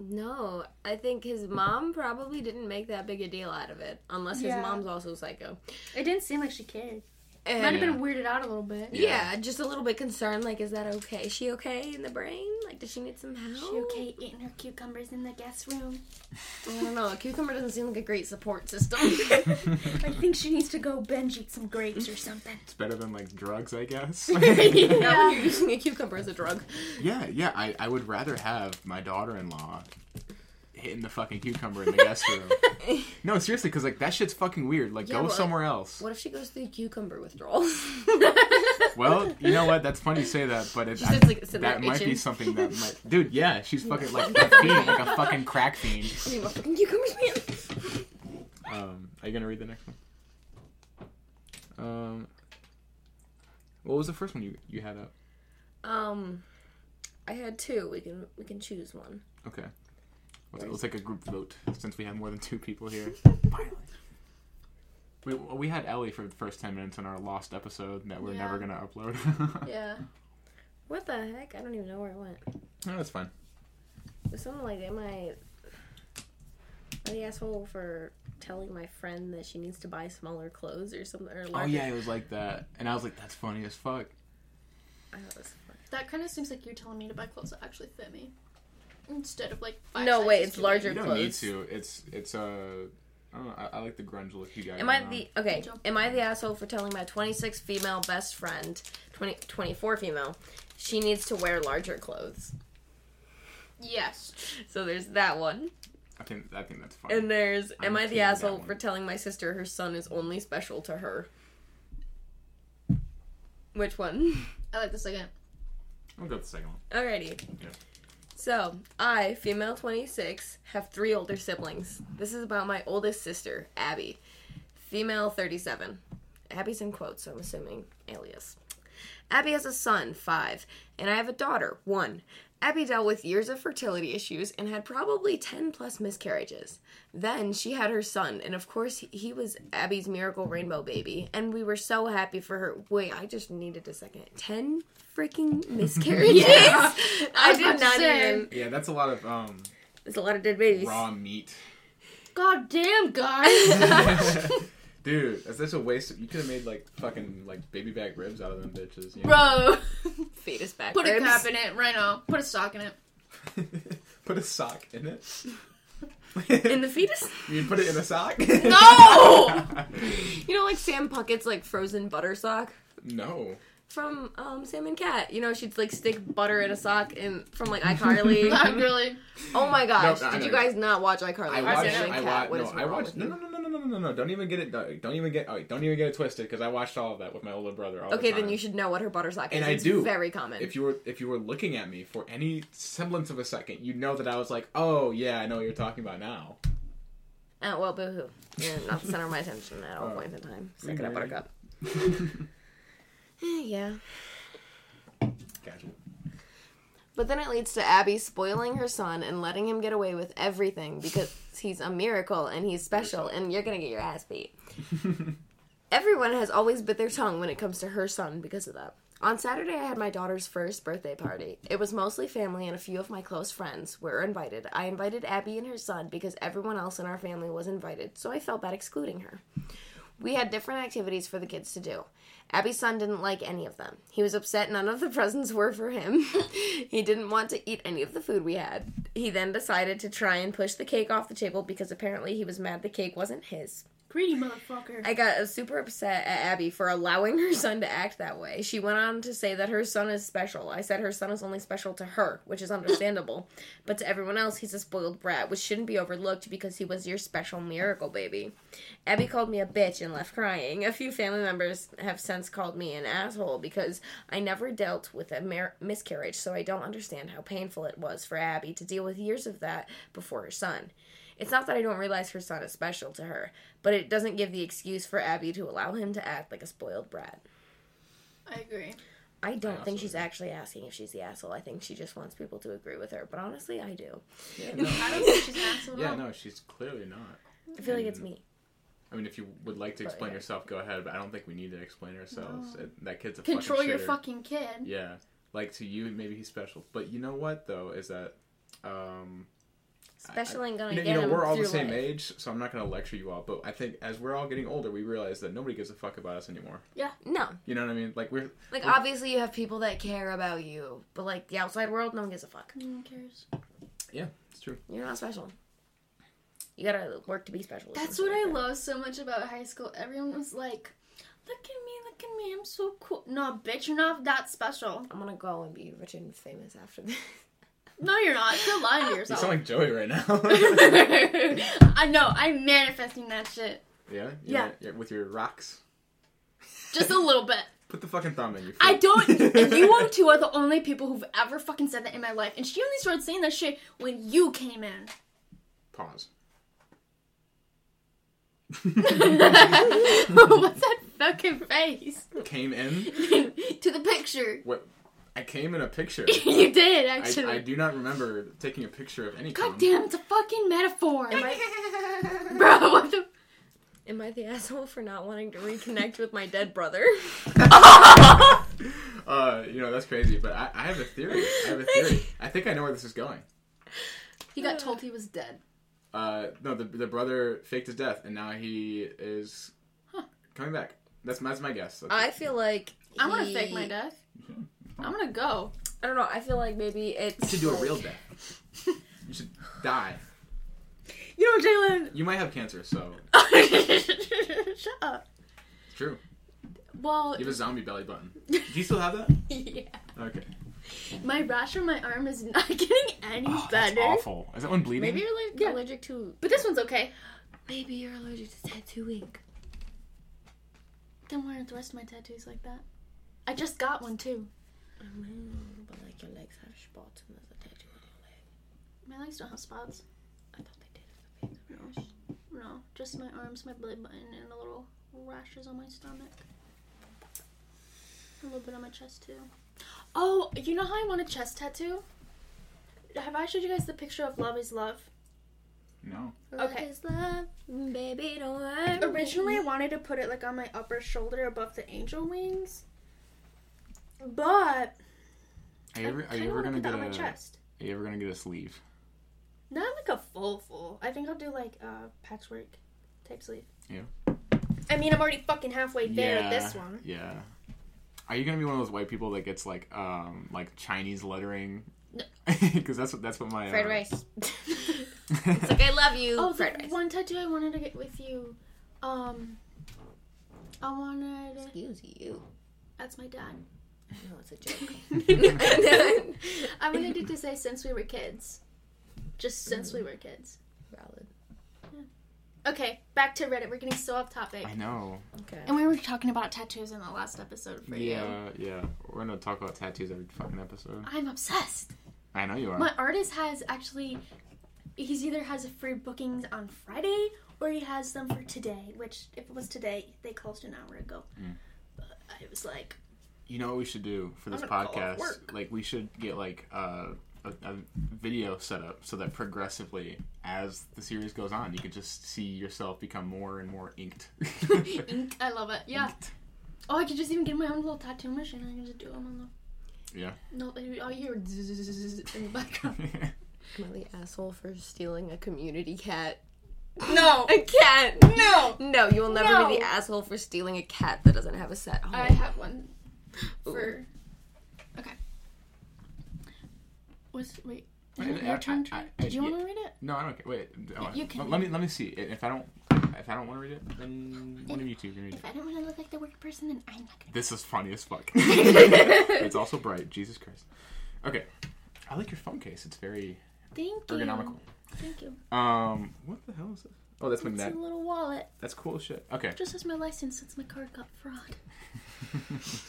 [SPEAKER 3] No, I think his mom probably didn't make that big a deal out of it, unless
[SPEAKER 4] Yeah.
[SPEAKER 3] his mom's also psycho.
[SPEAKER 4] It didn't seem like she cared.
[SPEAKER 3] And-
[SPEAKER 4] Might have
[SPEAKER 1] Yeah.
[SPEAKER 4] been weirded out a little bit.
[SPEAKER 3] yeah. just a little bit concerned. Like, is that okay? Is she okay in the brain? Like, does she need some help?
[SPEAKER 4] She okay eating her cucumbers in the guest room?
[SPEAKER 3] I don't know. A cucumber doesn't seem like a great (laughs) support system.
[SPEAKER 4] I think she needs to go binge eat some grapes or something.
[SPEAKER 1] It's better than like drugs, I (laughs) guess.
[SPEAKER 3] Now you're using a (laughs) cucumber as a drug.
[SPEAKER 1] yeah, yeah. I, I would rather have my daughter in law hitting the fucking cucumber in the guest (laughs) room. No, seriously, because like that shit's fucking weird. Like
[SPEAKER 3] Yeah,
[SPEAKER 1] go
[SPEAKER 3] but, like,
[SPEAKER 1] somewhere else.
[SPEAKER 3] (laughs) What if she goes through cucumber withdrawals? (laughs)
[SPEAKER 1] Well, you know what? That's funny you say that, but it,
[SPEAKER 3] She
[SPEAKER 1] I-
[SPEAKER 3] says, like, sitting
[SPEAKER 1] that
[SPEAKER 3] there
[SPEAKER 1] might be
[SPEAKER 3] itching.
[SPEAKER 1] something that
[SPEAKER 3] (laughs)
[SPEAKER 1] might. Dude, yeah, she's fucking like a fiend, like a fucking crack fiend.
[SPEAKER 3] You motherfucking cucumbers, man.
[SPEAKER 1] Um, are you gonna read the next one? Um, what was the first one you you had up?
[SPEAKER 3] Um, I had two. We can we can choose one.
[SPEAKER 1] Okay, let's, let's take a group vote since we have more than two people here.
[SPEAKER 3] (laughs)
[SPEAKER 1] We we had Ellie for the first ten minutes in our lost episode that we're never
[SPEAKER 4] Yeah.
[SPEAKER 1] gonna upload. (laughs)
[SPEAKER 3] Yeah. What the heck? I don't even know where it went.
[SPEAKER 1] no, that's fine.
[SPEAKER 3] It was something like, am I the asshole for telling my friend that she needs to buy smaller clothes or something? Or
[SPEAKER 1] Oh
[SPEAKER 3] larger?
[SPEAKER 1] yeah, it was like that, and I was like, that's funny as fuck.
[SPEAKER 3] I thought it was funny.
[SPEAKER 4] That kind of seems like you're telling me to buy clothes that actually fit me, instead of like. Five
[SPEAKER 3] No, wait,
[SPEAKER 4] sizes
[SPEAKER 3] it's
[SPEAKER 4] too
[SPEAKER 3] larger.
[SPEAKER 1] You
[SPEAKER 4] big.
[SPEAKER 1] don't need
[SPEAKER 3] clothes.
[SPEAKER 1] to. It's it's uh, I don't know. I, I like the grunge look you got.
[SPEAKER 3] Am I
[SPEAKER 1] going on.
[SPEAKER 3] the okay?
[SPEAKER 4] Jump.
[SPEAKER 3] Am I the asshole for telling my 26 female best friend, 20, 24 female, she needs to wear larger clothes?
[SPEAKER 4] Yes.
[SPEAKER 3] So there's that one,
[SPEAKER 1] I think I think that's fine.
[SPEAKER 3] and there's
[SPEAKER 1] I'm
[SPEAKER 3] am I
[SPEAKER 1] okay with
[SPEAKER 3] the
[SPEAKER 1] that
[SPEAKER 3] asshole
[SPEAKER 1] one.
[SPEAKER 3] for telling my sister her son is only special to her? Which one? (laughs)
[SPEAKER 4] I like the second.
[SPEAKER 1] I'll go with the second one.
[SPEAKER 3] Alrighty.
[SPEAKER 1] Yeah.
[SPEAKER 3] So, I, female 26, have three older siblings. This is about my oldest sister, Abby, female 37. Abby's in quotes, so I'm assuming alias. Abby has a son, five, and I have a daughter, one. Abby dealt with years of fertility issues and had probably 10 plus miscarriages. Then she had her son, and of course, he- he was Abby's miracle rainbow baby, and we were so happy for her. Wait, I just needed a second. 10
[SPEAKER 4] (laughs)
[SPEAKER 3] freaking miscarriages? (laughs) I
[SPEAKER 4] was about
[SPEAKER 3] did
[SPEAKER 4] to
[SPEAKER 3] not
[SPEAKER 4] say.
[SPEAKER 3] even.
[SPEAKER 1] Yeah, that's a lot of um
[SPEAKER 3] There's a lot of dead babies.
[SPEAKER 1] raw
[SPEAKER 3] (laughs)
[SPEAKER 1] meat. (laughs)
[SPEAKER 4] God damn, guys.
[SPEAKER 1] Dude, that's such a waste. Of, you could have made like fucking like baby back ribs out of them bitches. You
[SPEAKER 4] (laughs) Bro,
[SPEAKER 3] Fetus
[SPEAKER 4] (laughs)
[SPEAKER 3] back.
[SPEAKER 4] put a
[SPEAKER 3] (laughs) ribs.
[SPEAKER 4] cap in it right now. Put a sock in it.
[SPEAKER 1] know? (laughs) put a sock in it.
[SPEAKER 3] in the fetus.
[SPEAKER 1] (laughs) you put it in a
[SPEAKER 3] (laughs)
[SPEAKER 1] sock?
[SPEAKER 4] (laughs) No!
[SPEAKER 3] You know, like Sam Puckett's like frozen butter sock
[SPEAKER 1] (laughs) no.
[SPEAKER 3] from um, Sam and Cat. You know, she'd like stick butter in a sock and from like
[SPEAKER 4] (laughs)
[SPEAKER 3] iCarly.
[SPEAKER 4] Not really.
[SPEAKER 3] oh my gosh!
[SPEAKER 1] No, I
[SPEAKER 3] Did
[SPEAKER 1] know.
[SPEAKER 3] you guys not watch iCarly?
[SPEAKER 1] I
[SPEAKER 3] or
[SPEAKER 1] watched.
[SPEAKER 3] Sam and
[SPEAKER 1] I
[SPEAKER 3] Cat?
[SPEAKER 1] watched.
[SPEAKER 3] What
[SPEAKER 1] No,
[SPEAKER 3] is
[SPEAKER 1] I
[SPEAKER 3] wrong
[SPEAKER 1] watched.
[SPEAKER 3] with
[SPEAKER 1] No,
[SPEAKER 3] you?
[SPEAKER 1] no, no, no, no, no, no, no! Don't even get it. Don't even get. Oh, don't even get it twisted. Because I watched all of that with my older brother. All
[SPEAKER 3] Okay,
[SPEAKER 1] the time.
[SPEAKER 3] then you should know what her butter sock is.
[SPEAKER 1] And I
[SPEAKER 3] it's
[SPEAKER 1] do.
[SPEAKER 3] Very common.
[SPEAKER 1] If you were if you were looking at me for any semblance of a second, you'd know that I was like, "Oh yeah, I know what you're talking about now."
[SPEAKER 3] Uh, well, boohoo. You're not the center of my attention at all
[SPEAKER 1] Oh.
[SPEAKER 3] points in time. Suck it
[SPEAKER 1] Really?
[SPEAKER 3] up, buttercup.
[SPEAKER 1] (laughs)
[SPEAKER 3] (laughs) Eh, yeah.
[SPEAKER 1] Casual.
[SPEAKER 3] But then it leads to Abby spoiling her son and letting him get away with everything because he's a miracle and he's special and you're gonna get your ass beat. Everyone has always bit their tongue when it comes to her son because of that. On Saturday, I had my daughter's first birthday party. It was mostly family and a few of my close friends were invited. I invited Abby and her son because everyone else in our family was invited, so I felt bad excluding her. We had different activities for the kids to do. Abby's son didn't like any of them. He was upset none of the (laughs) presents were for him. (laughs) he didn't want to eat any of the food we had. He then decided to try and push the cake off the table because apparently he was mad the cake wasn't his.
[SPEAKER 4] Greedy motherfucker.
[SPEAKER 3] I got uh, super upset at Abby for allowing her (laughs) son to act that way. She went on to say that her son is special. I said her son is only special to her, which is understandable, but to everyone else, he's a spoiled brat, which shouldn't be overlooked because he was your special miracle baby. Abby called me a bitch and left crying. A few family members have since called me an asshole because I never dealt with a mar- miscarriage, so I don't understand how painful it was for Abby to deal with years of that before her son. It's not that I don't realize her son is special to her, but it doesn't give the excuse for Abby to allow him to act like a spoiled brat.
[SPEAKER 4] I agree.
[SPEAKER 3] I don't
[SPEAKER 1] also
[SPEAKER 3] think she's
[SPEAKER 1] agree.
[SPEAKER 3] actually asking if she's the asshole. I think she just wants people to agree with her, but honestly, I do.
[SPEAKER 1] Yeah, no.
[SPEAKER 4] I don't think she's an asshole.
[SPEAKER 1] yeah,
[SPEAKER 4] no.
[SPEAKER 1] no. She's clearly not.
[SPEAKER 3] I feel like it's me.
[SPEAKER 1] I mean, if you would like to
[SPEAKER 3] But,
[SPEAKER 1] explain
[SPEAKER 3] yeah.
[SPEAKER 1] yourself, go ahead. But I don't think we need to explain ourselves. It- that kid's a
[SPEAKER 4] Control
[SPEAKER 1] fucking
[SPEAKER 4] your
[SPEAKER 1] shitter.
[SPEAKER 4] fucking kid.
[SPEAKER 1] Yeah, like to you, maybe he's special. But you know what though is that, um,
[SPEAKER 3] Special ain't gonna
[SPEAKER 1] you know,
[SPEAKER 3] get
[SPEAKER 1] you know
[SPEAKER 3] him
[SPEAKER 1] we're all the
[SPEAKER 3] through
[SPEAKER 1] same
[SPEAKER 3] life.
[SPEAKER 1] age, so I'm not gonna lecture you all. But I think as we're all getting older, we realize that nobody gives a fuck about us anymore.
[SPEAKER 3] No,
[SPEAKER 1] You know what I mean? Like we're
[SPEAKER 3] like
[SPEAKER 1] Well-
[SPEAKER 3] obviously you have people that care about you, but like the outside world, no one gives a fuck.
[SPEAKER 4] No one cares.
[SPEAKER 1] yeah, it's true.
[SPEAKER 3] You're not special. You gotta work to be special. is
[SPEAKER 4] That's what
[SPEAKER 3] something
[SPEAKER 4] I
[SPEAKER 3] like that.
[SPEAKER 4] love so much about high school. Everyone was like, look at me, look at me, I'm so cool. No, bitch, you're not that special.
[SPEAKER 3] I'm gonna go and be rich and famous after this.
[SPEAKER 4] No, you're not. You're lying to
[SPEAKER 1] (laughs) You
[SPEAKER 4] yourself.
[SPEAKER 1] sound like Joey right now.
[SPEAKER 3] (laughs)
[SPEAKER 1] (laughs)
[SPEAKER 4] I know, I'm manifesting that shit.
[SPEAKER 1] yeah,
[SPEAKER 3] Yeah.
[SPEAKER 1] You're- you're- with your rocks.
[SPEAKER 4] Just a little bit.
[SPEAKER 1] Put the fucking thumb in your. (laughs)
[SPEAKER 4] I
[SPEAKER 1] foot.
[SPEAKER 4] don't. and you two are the only people who've ever fucking said that in my life. And she only started saying that shit when you came in. (laughs)
[SPEAKER 1] Pause. (laughs)
[SPEAKER 4] What's that fucking face? (laughs)
[SPEAKER 1] Came in.
[SPEAKER 4] to the picture.
[SPEAKER 1] What? I came in a
[SPEAKER 4] (laughs)
[SPEAKER 1] picture.
[SPEAKER 4] you did
[SPEAKER 1] I,
[SPEAKER 4] actually.
[SPEAKER 1] I do not remember taking a picture of any.
[SPEAKER 4] God
[SPEAKER 1] kind.
[SPEAKER 4] damn, it's a fucking metaphor,
[SPEAKER 3] I-
[SPEAKER 4] bro. (laughs) What the?
[SPEAKER 3] Am I the (laughs) asshole for not wanting to reconnect with my dead brother?
[SPEAKER 1] (laughs) Uh, you know that's crazy, but I, I have a theory. I have a theory.
[SPEAKER 4] (laughs)
[SPEAKER 1] I think I know where this is going.
[SPEAKER 4] He got told he was dead.
[SPEAKER 1] Uh, no, the the brother faked his death, and now he is coming back. That's that's my guess. That's-
[SPEAKER 3] I feel like
[SPEAKER 4] I'm gonna
[SPEAKER 3] he-
[SPEAKER 4] fake my death. I'm gonna go.
[SPEAKER 3] I don't know. I feel like maybe it's.
[SPEAKER 1] you should do a
[SPEAKER 3] like-
[SPEAKER 1] real death. you should die.
[SPEAKER 4] You know,
[SPEAKER 1] You might have cancer, so
[SPEAKER 4] Jalen. (laughs) Shut up.
[SPEAKER 1] it's true.
[SPEAKER 4] Well,
[SPEAKER 1] You have a zombie belly button. Do you still have that?
[SPEAKER 4] (laughs) yeah.
[SPEAKER 1] Okay.
[SPEAKER 4] My rash on my arm is not (laughs) getting any better.
[SPEAKER 1] Oh, awful. Is that one bleeding?
[SPEAKER 3] Maybe you're like
[SPEAKER 4] Yeah.
[SPEAKER 3] allergic to.
[SPEAKER 4] But this one's okay.
[SPEAKER 3] Maybe you're allergic to tattoo ink.
[SPEAKER 4] Then why aren't the rest of my tattoos like that? I just got one too.
[SPEAKER 3] I mean, but like your legs have spots and there's a tattoo on your leg.
[SPEAKER 4] My legs don't have spots.
[SPEAKER 3] I thought they did it for the rash.
[SPEAKER 4] No, just my arms, my belly button, and the little rashes on my stomach. A little bit on my chest too. Oh, you know how I want a chest tattoo? Have I showed you guys the picture of Love is Love?
[SPEAKER 1] No.
[SPEAKER 4] Okay.
[SPEAKER 3] Love is love, baby, don't worry.
[SPEAKER 4] Originally, I
[SPEAKER 1] Mm-hmm.
[SPEAKER 4] wanted to put it like on my upper shoulder above the angel wings, but
[SPEAKER 1] Are you ever,
[SPEAKER 4] I
[SPEAKER 1] are you
[SPEAKER 4] kinda
[SPEAKER 1] ever
[SPEAKER 4] wanna
[SPEAKER 1] gonna get
[SPEAKER 4] put that
[SPEAKER 1] a?
[SPEAKER 4] on my chest?
[SPEAKER 1] Are you ever gonna get a sleeve?
[SPEAKER 4] Not like a full full. I think I'll do like uh, patchwork type sleeve.
[SPEAKER 1] Yeah.
[SPEAKER 4] I mean, I'm already fucking halfway there with this one.
[SPEAKER 1] Yeah. Are you gonna be one of those white people that gets like um like Chinese lettering? (laughs)
[SPEAKER 4] No.
[SPEAKER 1] Because that's what that's what my
[SPEAKER 3] Fried
[SPEAKER 1] uh, (laughs)
[SPEAKER 3] (laughs) rice. it's
[SPEAKER 1] it's
[SPEAKER 3] like I love you.
[SPEAKER 4] Oh,
[SPEAKER 3] fried
[SPEAKER 4] the
[SPEAKER 3] rice.
[SPEAKER 4] one tattoo I wanted to get with you. Um, I wanted.
[SPEAKER 3] Excuse you.
[SPEAKER 4] That's my dad.
[SPEAKER 3] No, it's a joke. (laughs)
[SPEAKER 4] I wanted it to say since we were kids, just since we were kids.
[SPEAKER 3] Valid.
[SPEAKER 4] Okay, back to Reddit. We're getting so off topic.
[SPEAKER 1] I know.
[SPEAKER 3] Okay.
[SPEAKER 4] And we were talking about tattoos in the last episode for you.
[SPEAKER 1] Yeah, yeah. We're gonna talk about tattoos every fucking episode.
[SPEAKER 4] I'm obsessed.
[SPEAKER 1] I know you are.
[SPEAKER 4] My artist has actually, he's either has free bookings on Friday or he has them for today. Which, if it was today, they closed an hour ago. But I was like, (laughs)
[SPEAKER 1] You know what we should do for this
[SPEAKER 4] I'm gonna call off
[SPEAKER 1] podcast?
[SPEAKER 4] work.
[SPEAKER 1] Like we should get like uh, a, a video set up so that progressively, as the series goes on, you could just see yourself become more and more
[SPEAKER 4] (laughs)
[SPEAKER 1] inked.
[SPEAKER 4] ink. I love it. Yeah. Oh, I could just even get my own little tattoo machine. I can just do them on the.
[SPEAKER 1] Yeah. (laughs)
[SPEAKER 4] No, they- all you hear (laughs) is zzzz in the background.
[SPEAKER 3] Am I the asshole for stealing a community cat?
[SPEAKER 4] no,
[SPEAKER 3] A cat!
[SPEAKER 4] no.
[SPEAKER 3] No, you will never be
[SPEAKER 4] No.
[SPEAKER 3] the asshole for stealing a cat that doesn't have a set home.
[SPEAKER 1] Um,
[SPEAKER 4] I have one. For. Okay. Was wait.
[SPEAKER 1] Wait,
[SPEAKER 4] Your
[SPEAKER 1] I-
[SPEAKER 4] your
[SPEAKER 1] I-
[SPEAKER 4] turn.
[SPEAKER 1] I-
[SPEAKER 4] to-
[SPEAKER 1] I-
[SPEAKER 4] Did you
[SPEAKER 1] yeah.
[SPEAKER 4] want to read it?
[SPEAKER 1] no, I don't care. Wait. oh,
[SPEAKER 4] you can
[SPEAKER 1] let, let me let me see. If I don't if I don't want to read it, then one of you two can read it.
[SPEAKER 4] If I don't want to look like the work person, then I'm not gonna.
[SPEAKER 1] This is funny as
[SPEAKER 4] (laughs)
[SPEAKER 1] fuck. it's also bright. Jesus Christ. Okay. I like your phone case. It's very
[SPEAKER 4] Thank you.
[SPEAKER 1] ergonomical.
[SPEAKER 4] Thank you.
[SPEAKER 1] Um, what the hell is this? Oh, that's
[SPEAKER 4] It's
[SPEAKER 1] magnetic.
[SPEAKER 4] a little wallet.
[SPEAKER 1] That's cool as shit. Okay.
[SPEAKER 4] Just as my license, since my card got fraud.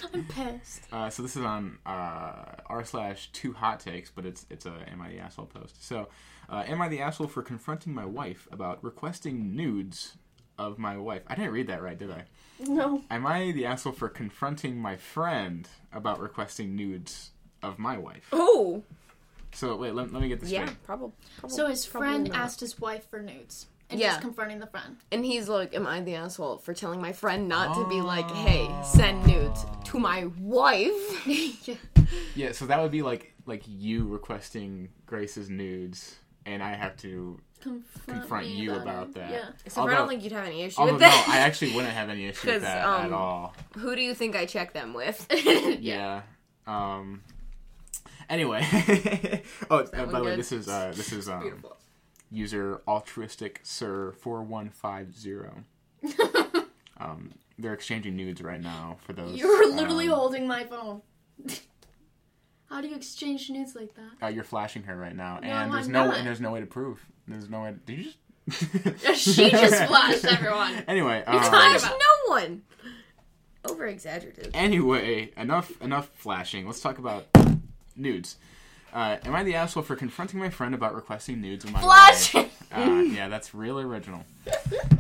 [SPEAKER 4] (laughs) I'm pissed.
[SPEAKER 1] (laughs) Uh, so this is on uh, r slash two hot takes, but it's it's a am I the asshole post. So, uh, am I the asshole for confronting my wife about requesting nudes of my wife? I didn't read that right, did I?
[SPEAKER 4] No.
[SPEAKER 1] Am I the asshole for confronting my friend about requesting nudes of my wife?
[SPEAKER 3] (laughs) Oh!
[SPEAKER 1] So wait, let, let me get this
[SPEAKER 3] Yeah,
[SPEAKER 1] straight.
[SPEAKER 3] probably. probably
[SPEAKER 4] So his
[SPEAKER 3] probably
[SPEAKER 4] friend
[SPEAKER 3] not.
[SPEAKER 4] asked his wife for nudes, and
[SPEAKER 3] Yeah.
[SPEAKER 4] he's confronting the friend.
[SPEAKER 3] And he's like, Am I the asshole for telling my friend not to be like, hey,
[SPEAKER 1] Ah.
[SPEAKER 3] send nudes to my (laughs) wife?
[SPEAKER 4] yeah.
[SPEAKER 1] Yeah, so that would be like like you requesting Grace's nudes, and I have to
[SPEAKER 4] Confront,
[SPEAKER 1] confront
[SPEAKER 4] me
[SPEAKER 1] you
[SPEAKER 4] about,
[SPEAKER 1] about
[SPEAKER 4] it.
[SPEAKER 1] that.
[SPEAKER 4] Yeah.
[SPEAKER 3] So I don't think you'd have any issue
[SPEAKER 1] Although
[SPEAKER 3] with
[SPEAKER 1] no,
[SPEAKER 3] that.
[SPEAKER 1] I actually wouldn't have any issue
[SPEAKER 3] (laughs) 'Cause,
[SPEAKER 1] with that at
[SPEAKER 3] um,
[SPEAKER 1] all.
[SPEAKER 3] Who do you think I check them (laughs) with?
[SPEAKER 1] Yeah. Um. Anyway. (laughs) oh, uh,
[SPEAKER 3] one
[SPEAKER 1] by the way,
[SPEAKER 3] good?
[SPEAKER 1] this is uh, this is um, user altruistic sir four one five
[SPEAKER 4] (laughs)
[SPEAKER 1] zero. Um, they're exchanging nudes right now for those.
[SPEAKER 4] You're literally
[SPEAKER 1] um,
[SPEAKER 4] holding my phone. (laughs) How do you exchange nudes like that?
[SPEAKER 1] uh, you're flashing her right now,
[SPEAKER 4] No,
[SPEAKER 1] and there's
[SPEAKER 4] I'm
[SPEAKER 1] no
[SPEAKER 4] not.
[SPEAKER 1] and there's no way to prove. There's no way. Did you just?
[SPEAKER 4] (laughs)
[SPEAKER 1] (laughs)
[SPEAKER 4] She just flashed everyone.
[SPEAKER 1] Anyway,
[SPEAKER 3] Flash
[SPEAKER 1] um,
[SPEAKER 3] no one! over exaggerated.
[SPEAKER 1] Anyway, enough enough flashing. Let's talk about nudes. Uh, am I the asshole for confronting my friend about requesting nudes in my
[SPEAKER 2] Flash!
[SPEAKER 1] life? Uh, yeah, that's real original.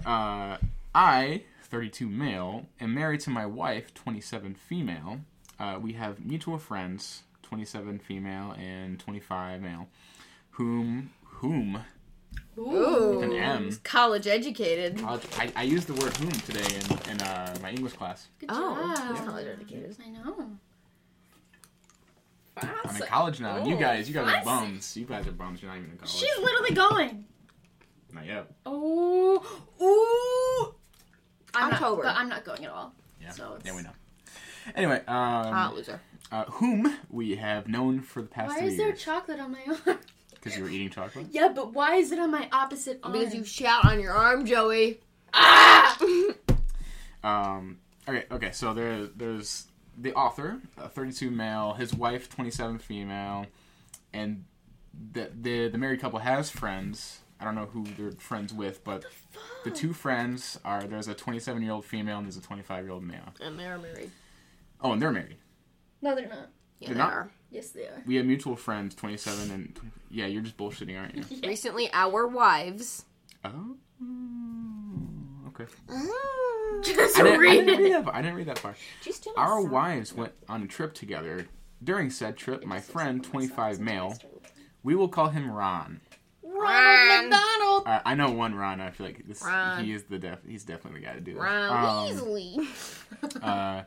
[SPEAKER 1] Uh, I, 32 male, am married to my wife, 27 female. Uh, we have mutual friends, 27 female and 25 male, whom whom
[SPEAKER 3] Ooh.
[SPEAKER 1] an M.
[SPEAKER 3] College educated.
[SPEAKER 1] I'll- I, I used the word whom today in, in uh, my English class.
[SPEAKER 4] Good
[SPEAKER 3] Oh,
[SPEAKER 4] job.
[SPEAKER 3] he's college educated.
[SPEAKER 4] I know.
[SPEAKER 1] Oh, I'm in college now. and You
[SPEAKER 3] Oh,
[SPEAKER 1] guys, you guys are
[SPEAKER 3] classy.
[SPEAKER 1] bums. You guys are bums. You're not even in college.
[SPEAKER 4] She's literally going.
[SPEAKER 1] Not yet.
[SPEAKER 3] Ooh, ooh.
[SPEAKER 4] I'm
[SPEAKER 3] October.
[SPEAKER 4] Not, but I'm not going at all.
[SPEAKER 1] Yeah.
[SPEAKER 4] So it's-
[SPEAKER 1] yeah, we know. Anyway,
[SPEAKER 3] Hot
[SPEAKER 1] um,
[SPEAKER 3] loser.
[SPEAKER 1] uh, whom we have known for the past
[SPEAKER 4] Why
[SPEAKER 1] three
[SPEAKER 4] is there
[SPEAKER 1] years
[SPEAKER 4] chocolate on my (laughs) arm?
[SPEAKER 1] because you were eating chocolate.
[SPEAKER 4] yeah, but why is it on my opposite arm?
[SPEAKER 3] Because you shout on your arm, Joey.
[SPEAKER 4] Ah!
[SPEAKER 1] Um, okay, okay. So there, there's the author, uh, 32 male, his wife, 27 female, and the, the the married couple has friends. I don't know who they're friends with, but the two friends are there's a 27 year old female and there's a 25 year old male.
[SPEAKER 3] (laughs) And they're married.
[SPEAKER 1] Oh, and they're married.
[SPEAKER 4] No, they're not.
[SPEAKER 3] Yeah,
[SPEAKER 1] They're
[SPEAKER 3] they
[SPEAKER 1] not?
[SPEAKER 3] are.
[SPEAKER 4] Yes, they are.
[SPEAKER 1] We have mutual friends, 27 and yeah. You're just bullshitting, aren't you?
[SPEAKER 3] Recently, our wives.
[SPEAKER 1] Oh, okay.
[SPEAKER 3] Ah.
[SPEAKER 4] Just
[SPEAKER 1] I didn't, I
[SPEAKER 4] read
[SPEAKER 1] didn't
[SPEAKER 4] it.
[SPEAKER 1] read that. far- I didn't read that far.
[SPEAKER 3] Just
[SPEAKER 1] Our wives went on a trip together. During said trip, my friend, 25 male, we will call him Ron.
[SPEAKER 3] Ron.
[SPEAKER 4] Ronald McDonald.
[SPEAKER 1] Uh, I know one Ron. I feel like this.
[SPEAKER 3] Ron.
[SPEAKER 1] He is the def. He's definitely the guy to do this.
[SPEAKER 3] Ron
[SPEAKER 1] Um,
[SPEAKER 3] Weasley.
[SPEAKER 1] uh,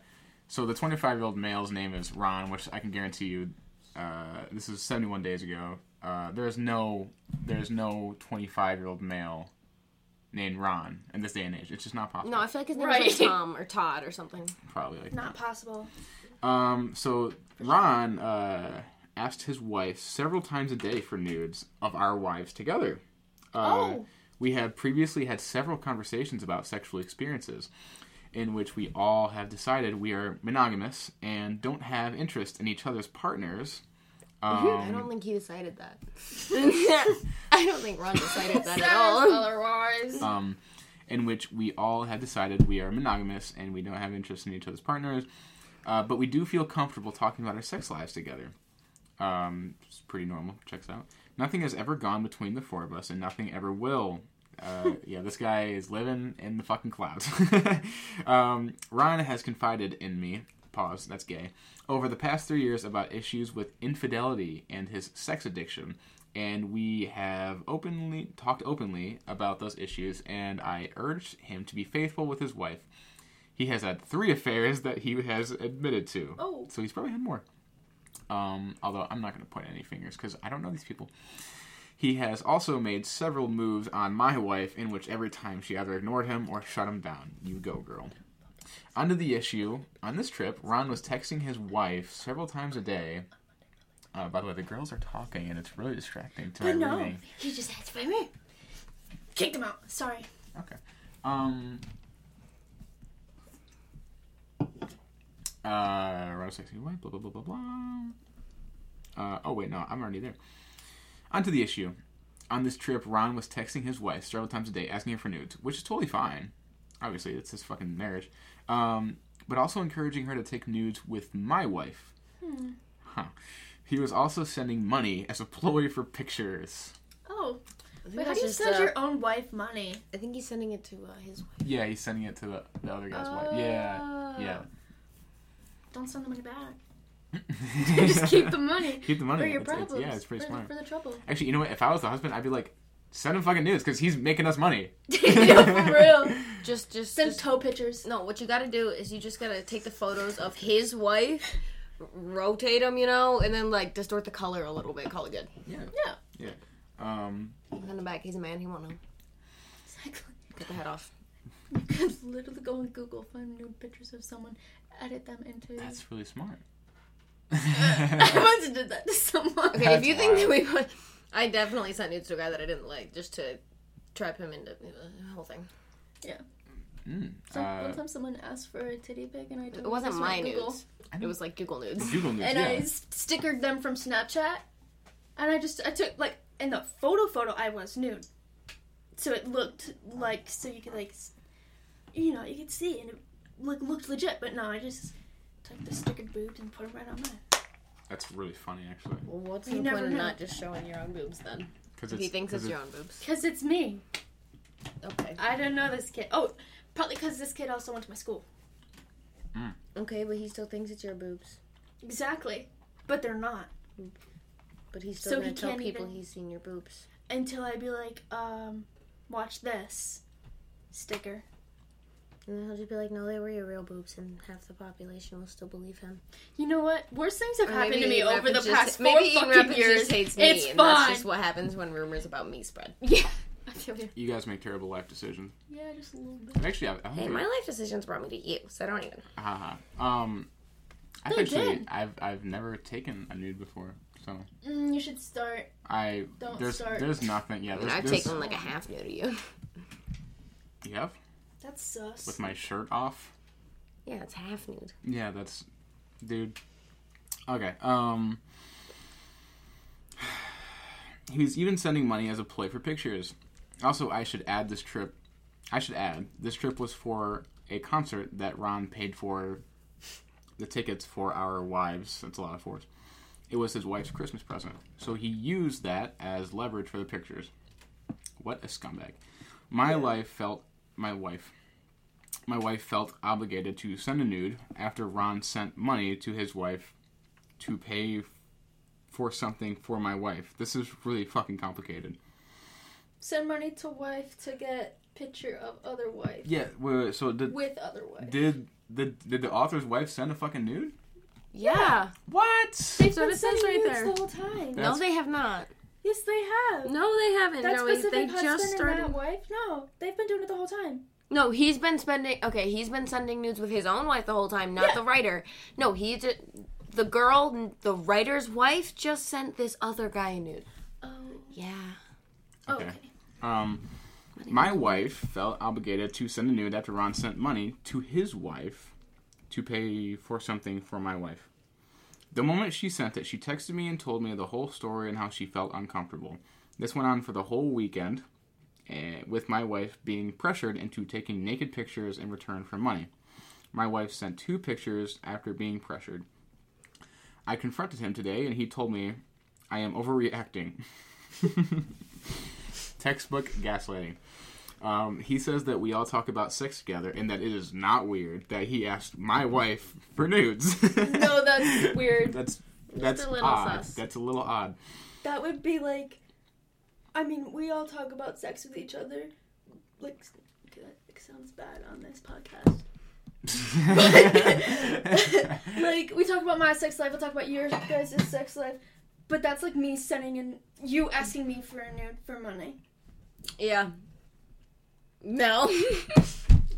[SPEAKER 1] so the 25 year old male's name is Ron, which I can guarantee you. Uh, this is 71 days ago. Uh, there's no, there's no 25 year old male named Ron in this day and age. It's just not possible.
[SPEAKER 3] No, I feel like his name
[SPEAKER 4] Right.
[SPEAKER 3] was like Tom or Todd or something.
[SPEAKER 1] Probably like
[SPEAKER 4] Not possible.
[SPEAKER 1] Um, so Ron uh, asked his wife several times a day for nudes of our wives together. Uh,
[SPEAKER 4] Oh.
[SPEAKER 1] We have previously had several conversations about sexual experiences in which we all have decided we are monogamous and don't have interest in each other's partners.
[SPEAKER 3] I don't think he decided (laughs) that. I don't think Ron decided that at all.
[SPEAKER 4] Otherwise.
[SPEAKER 1] um, in which we all have decided we are monogamous and we don't have interest in each other's partners, uh, but we do feel comfortable talking about our sex lives together. Um, it's pretty normal. Checks out. Nothing has ever gone between the four of us, and nothing ever will. Uh, (laughs) yeah, this guy is living in the fucking clouds. (laughs) um, Ron has confided in me. Pause. That's gay. Over the past three years, about issues with infidelity and his sex addiction, and we have openly talked openly about those issues. And I urged him to be faithful with his wife. He has had three affairs that he has admitted to.
[SPEAKER 4] Oh.
[SPEAKER 1] so he's probably had more. Um, although I'm not going to point any fingers because I don't know these people. He has also made several moves on my wife, in which every time she either ignored him or shut him down. You go, girl. Under the issue, on this trip, Ron was texting his wife several times a day. Uh, by the way, the girls are talking, and it's really distracting to my
[SPEAKER 4] no,
[SPEAKER 1] reading.
[SPEAKER 4] he just had to fight me. Kicked him out. Sorry.
[SPEAKER 1] Okay. Um. Uh, Ron sexy white, blah blah blah blah blah. Uh, oh wait, no, I'm already there. On to the issue. On this trip, Ron was texting his wife several times a day, asking her for nudes, which is totally fine. Obviously, it's his fucking marriage. Um, but also encouraging her to take nudes with my wife. Huh. He was also sending money as a ploy for pictures.
[SPEAKER 4] Oh,
[SPEAKER 3] I think
[SPEAKER 4] but how
[SPEAKER 3] that's
[SPEAKER 4] do you
[SPEAKER 3] just,
[SPEAKER 4] send
[SPEAKER 3] uh,
[SPEAKER 4] your own wife money?
[SPEAKER 3] I think he's sending it to uh, (laughs) his wife.
[SPEAKER 1] Yeah, he's sending it to the, the other guy's wife. Yeah. Yeah.
[SPEAKER 4] Don't send the
[SPEAKER 1] (laughs)
[SPEAKER 4] money back. (laughs) just keep the money.
[SPEAKER 1] Keep the money.
[SPEAKER 4] For your
[SPEAKER 1] It's- it's-
[SPEAKER 4] problems.
[SPEAKER 1] yeah, it's pretty
[SPEAKER 4] for,
[SPEAKER 1] smart.
[SPEAKER 4] For the (laughs) trouble.
[SPEAKER 1] Actually, you know what? If I was the husband, I'd be like, send him fucking news because he's making us money.
[SPEAKER 4] yeah, for real.
[SPEAKER 3] Just, just,
[SPEAKER 4] Send
[SPEAKER 3] just-
[SPEAKER 4] toe pictures. (laughs)
[SPEAKER 3] no. What you gotta do is you just gotta take the photos of his wife, rotate them, you know, and then like distort the color a little bit. Call it good.
[SPEAKER 1] Yeah.
[SPEAKER 4] Yeah.
[SPEAKER 1] Yeah. Um,
[SPEAKER 3] In the back, he's a man. He won't know.
[SPEAKER 4] Exactly.
[SPEAKER 3] Cut the head off.
[SPEAKER 4] You could literally go on Google, find nude pictures of someone, edit them into.
[SPEAKER 1] that's really smart. (laughs)
[SPEAKER 4] (laughs)
[SPEAKER 1] Hmm,
[SPEAKER 4] I
[SPEAKER 3] (laughs)
[SPEAKER 4] once did that to someone.
[SPEAKER 3] Okay,
[SPEAKER 1] That's
[SPEAKER 3] if you think that
[SPEAKER 1] wild.
[SPEAKER 3] we put, I definitely sent nudes to a guy that I didn't like just to trap him into the whole thing.
[SPEAKER 1] Mm.
[SPEAKER 4] Some, one
[SPEAKER 1] Uh,
[SPEAKER 4] time someone asked for a titty pic and I told
[SPEAKER 3] It wasn't
[SPEAKER 4] them to
[SPEAKER 3] my
[SPEAKER 4] send Google.
[SPEAKER 3] nudes. It was like Google nudes.
[SPEAKER 1] Google news.
[SPEAKER 4] and I
[SPEAKER 1] yeah.
[SPEAKER 4] s- stickered them from Snapchat. And I just I took like in the photo photo I was nude, so it looked like so you could like, s- you know, you could see and it like looked legit, but no, I just took the stickered boobs and put them right on mine.
[SPEAKER 1] That's really funny, actually,
[SPEAKER 3] Well, what's
[SPEAKER 4] You
[SPEAKER 3] the
[SPEAKER 4] never
[SPEAKER 3] point of
[SPEAKER 4] know.
[SPEAKER 3] not just showing your own boobs then?
[SPEAKER 1] because
[SPEAKER 3] If he thinks it's your
[SPEAKER 1] young.
[SPEAKER 3] own boobs.
[SPEAKER 4] Cause it's me.
[SPEAKER 3] Okay.
[SPEAKER 4] I don't know this kid. Oh, probably because this kid also went to my school.
[SPEAKER 3] Okay, but he still thinks it's your boobs.
[SPEAKER 4] Exactly, but they're not.
[SPEAKER 3] But he's still
[SPEAKER 4] So
[SPEAKER 3] gonna
[SPEAKER 4] he
[SPEAKER 3] tell
[SPEAKER 4] can't
[SPEAKER 3] people
[SPEAKER 4] even-
[SPEAKER 3] he's seen your boobs.
[SPEAKER 4] Until I'd be like, um, watch this sticker.
[SPEAKER 3] And then he'll just be like, no, they were your real boobs, and half the population will still believe him.
[SPEAKER 4] You know what? Worst things have
[SPEAKER 3] Or
[SPEAKER 4] happened to
[SPEAKER 3] maybe
[SPEAKER 4] me
[SPEAKER 3] Ian
[SPEAKER 4] over the
[SPEAKER 3] Rappaport
[SPEAKER 4] past
[SPEAKER 3] just-
[SPEAKER 4] four
[SPEAKER 3] maybe Ian
[SPEAKER 4] fucking
[SPEAKER 3] Rappaport
[SPEAKER 4] years.
[SPEAKER 3] just hates me,
[SPEAKER 4] it's
[SPEAKER 3] and
[SPEAKER 4] fine. (laughs)
[SPEAKER 3] that's just what happens when rumors about me spread.
[SPEAKER 4] Yeah. I feel you.
[SPEAKER 1] You guys make terrible life decisions.
[SPEAKER 4] Yeah, just a little bit.
[SPEAKER 1] Actually, I, I
[SPEAKER 3] Hey,
[SPEAKER 1] think
[SPEAKER 3] my life decisions brought me to you, so I don't even.
[SPEAKER 1] haha. Um, I've
[SPEAKER 4] They
[SPEAKER 1] actually
[SPEAKER 4] did.
[SPEAKER 1] I've I've never taken a nude before, so
[SPEAKER 4] Mm, you should start.
[SPEAKER 1] I
[SPEAKER 4] Don't
[SPEAKER 1] there's
[SPEAKER 4] start.
[SPEAKER 1] there's nothing. Yeah,
[SPEAKER 3] I mean,
[SPEAKER 1] there's,
[SPEAKER 3] I've
[SPEAKER 1] there's
[SPEAKER 3] taken like a half nude of you. (laughs)
[SPEAKER 1] you have
[SPEAKER 4] That's sus.
[SPEAKER 1] with my shirt off.
[SPEAKER 3] Yeah, it's half nude.
[SPEAKER 1] Yeah, that's dude. Okay. Um (sighs) He was even sending money as a play for pictures. Also, I should add this trip I should add this trip was for a concert that Ron paid for the tickets for our wives. That's a lot of fours. It was his wife's Christmas present. So he used that as leverage for the pictures. What a scumbag. My life felt my wife my wife felt obligated to send a nude after Ron sent money to his wife to pay f- for something for my wife. This is really fucking complicated.
[SPEAKER 4] Send money to wife to get picture of other wife
[SPEAKER 1] Yeah, wait, wait, so did
[SPEAKER 4] with other wife.
[SPEAKER 1] did the did the author's wife send a fucking nude?
[SPEAKER 3] Yeah.
[SPEAKER 1] What?
[SPEAKER 3] That's what it says right there.
[SPEAKER 4] the whole time.
[SPEAKER 1] That's-
[SPEAKER 3] No, they have not.
[SPEAKER 4] Yes, they have.
[SPEAKER 3] No, they haven't.
[SPEAKER 4] That
[SPEAKER 3] Joey.
[SPEAKER 4] specific
[SPEAKER 3] They
[SPEAKER 4] husband
[SPEAKER 3] just
[SPEAKER 4] and that
[SPEAKER 3] started.
[SPEAKER 4] wife. No, they've been doing it the whole time.
[SPEAKER 3] No, he's been spending. Okay, he's been sending nudes with his own wife the whole time, not
[SPEAKER 4] Yeah.
[SPEAKER 3] the writer. No, he just. The girl, the writer's wife, just sent this other guy a nude.
[SPEAKER 4] Oh.
[SPEAKER 3] Yeah.
[SPEAKER 1] Oh, Okay. Um, my wife felt obligated to send a nude after Ron sent money to his wife to pay for something for my wife. The moment she sent it, she texted me and told me the whole story and how she felt uncomfortable. This went on for the whole weekend, eh, with my wife being pressured into taking naked pictures in return for money. My wife sent two pictures after being pressured. I confronted him today and he told me I am overreacting. (laughs) Textbook gaslighting. Um, he says that we all talk about sex together and that it is not weird that he asked my wife for nudes. (laughs)
[SPEAKER 4] No, that's weird.
[SPEAKER 1] that's (laughs) that's
[SPEAKER 3] a little
[SPEAKER 1] odd.
[SPEAKER 3] sus.
[SPEAKER 1] That's a little odd. (laughs)
[SPEAKER 4] That would be like, I mean, we all talk about sex with each other. Like, okay, that sounds bad on
[SPEAKER 1] (laughs)
[SPEAKER 4] this podcast. Like, we talk about my sex life, we talk about your guys' sex life, but that's like me sending in you asking me for a nude for money.
[SPEAKER 3] Yeah.
[SPEAKER 1] (laughs)
[SPEAKER 3] No.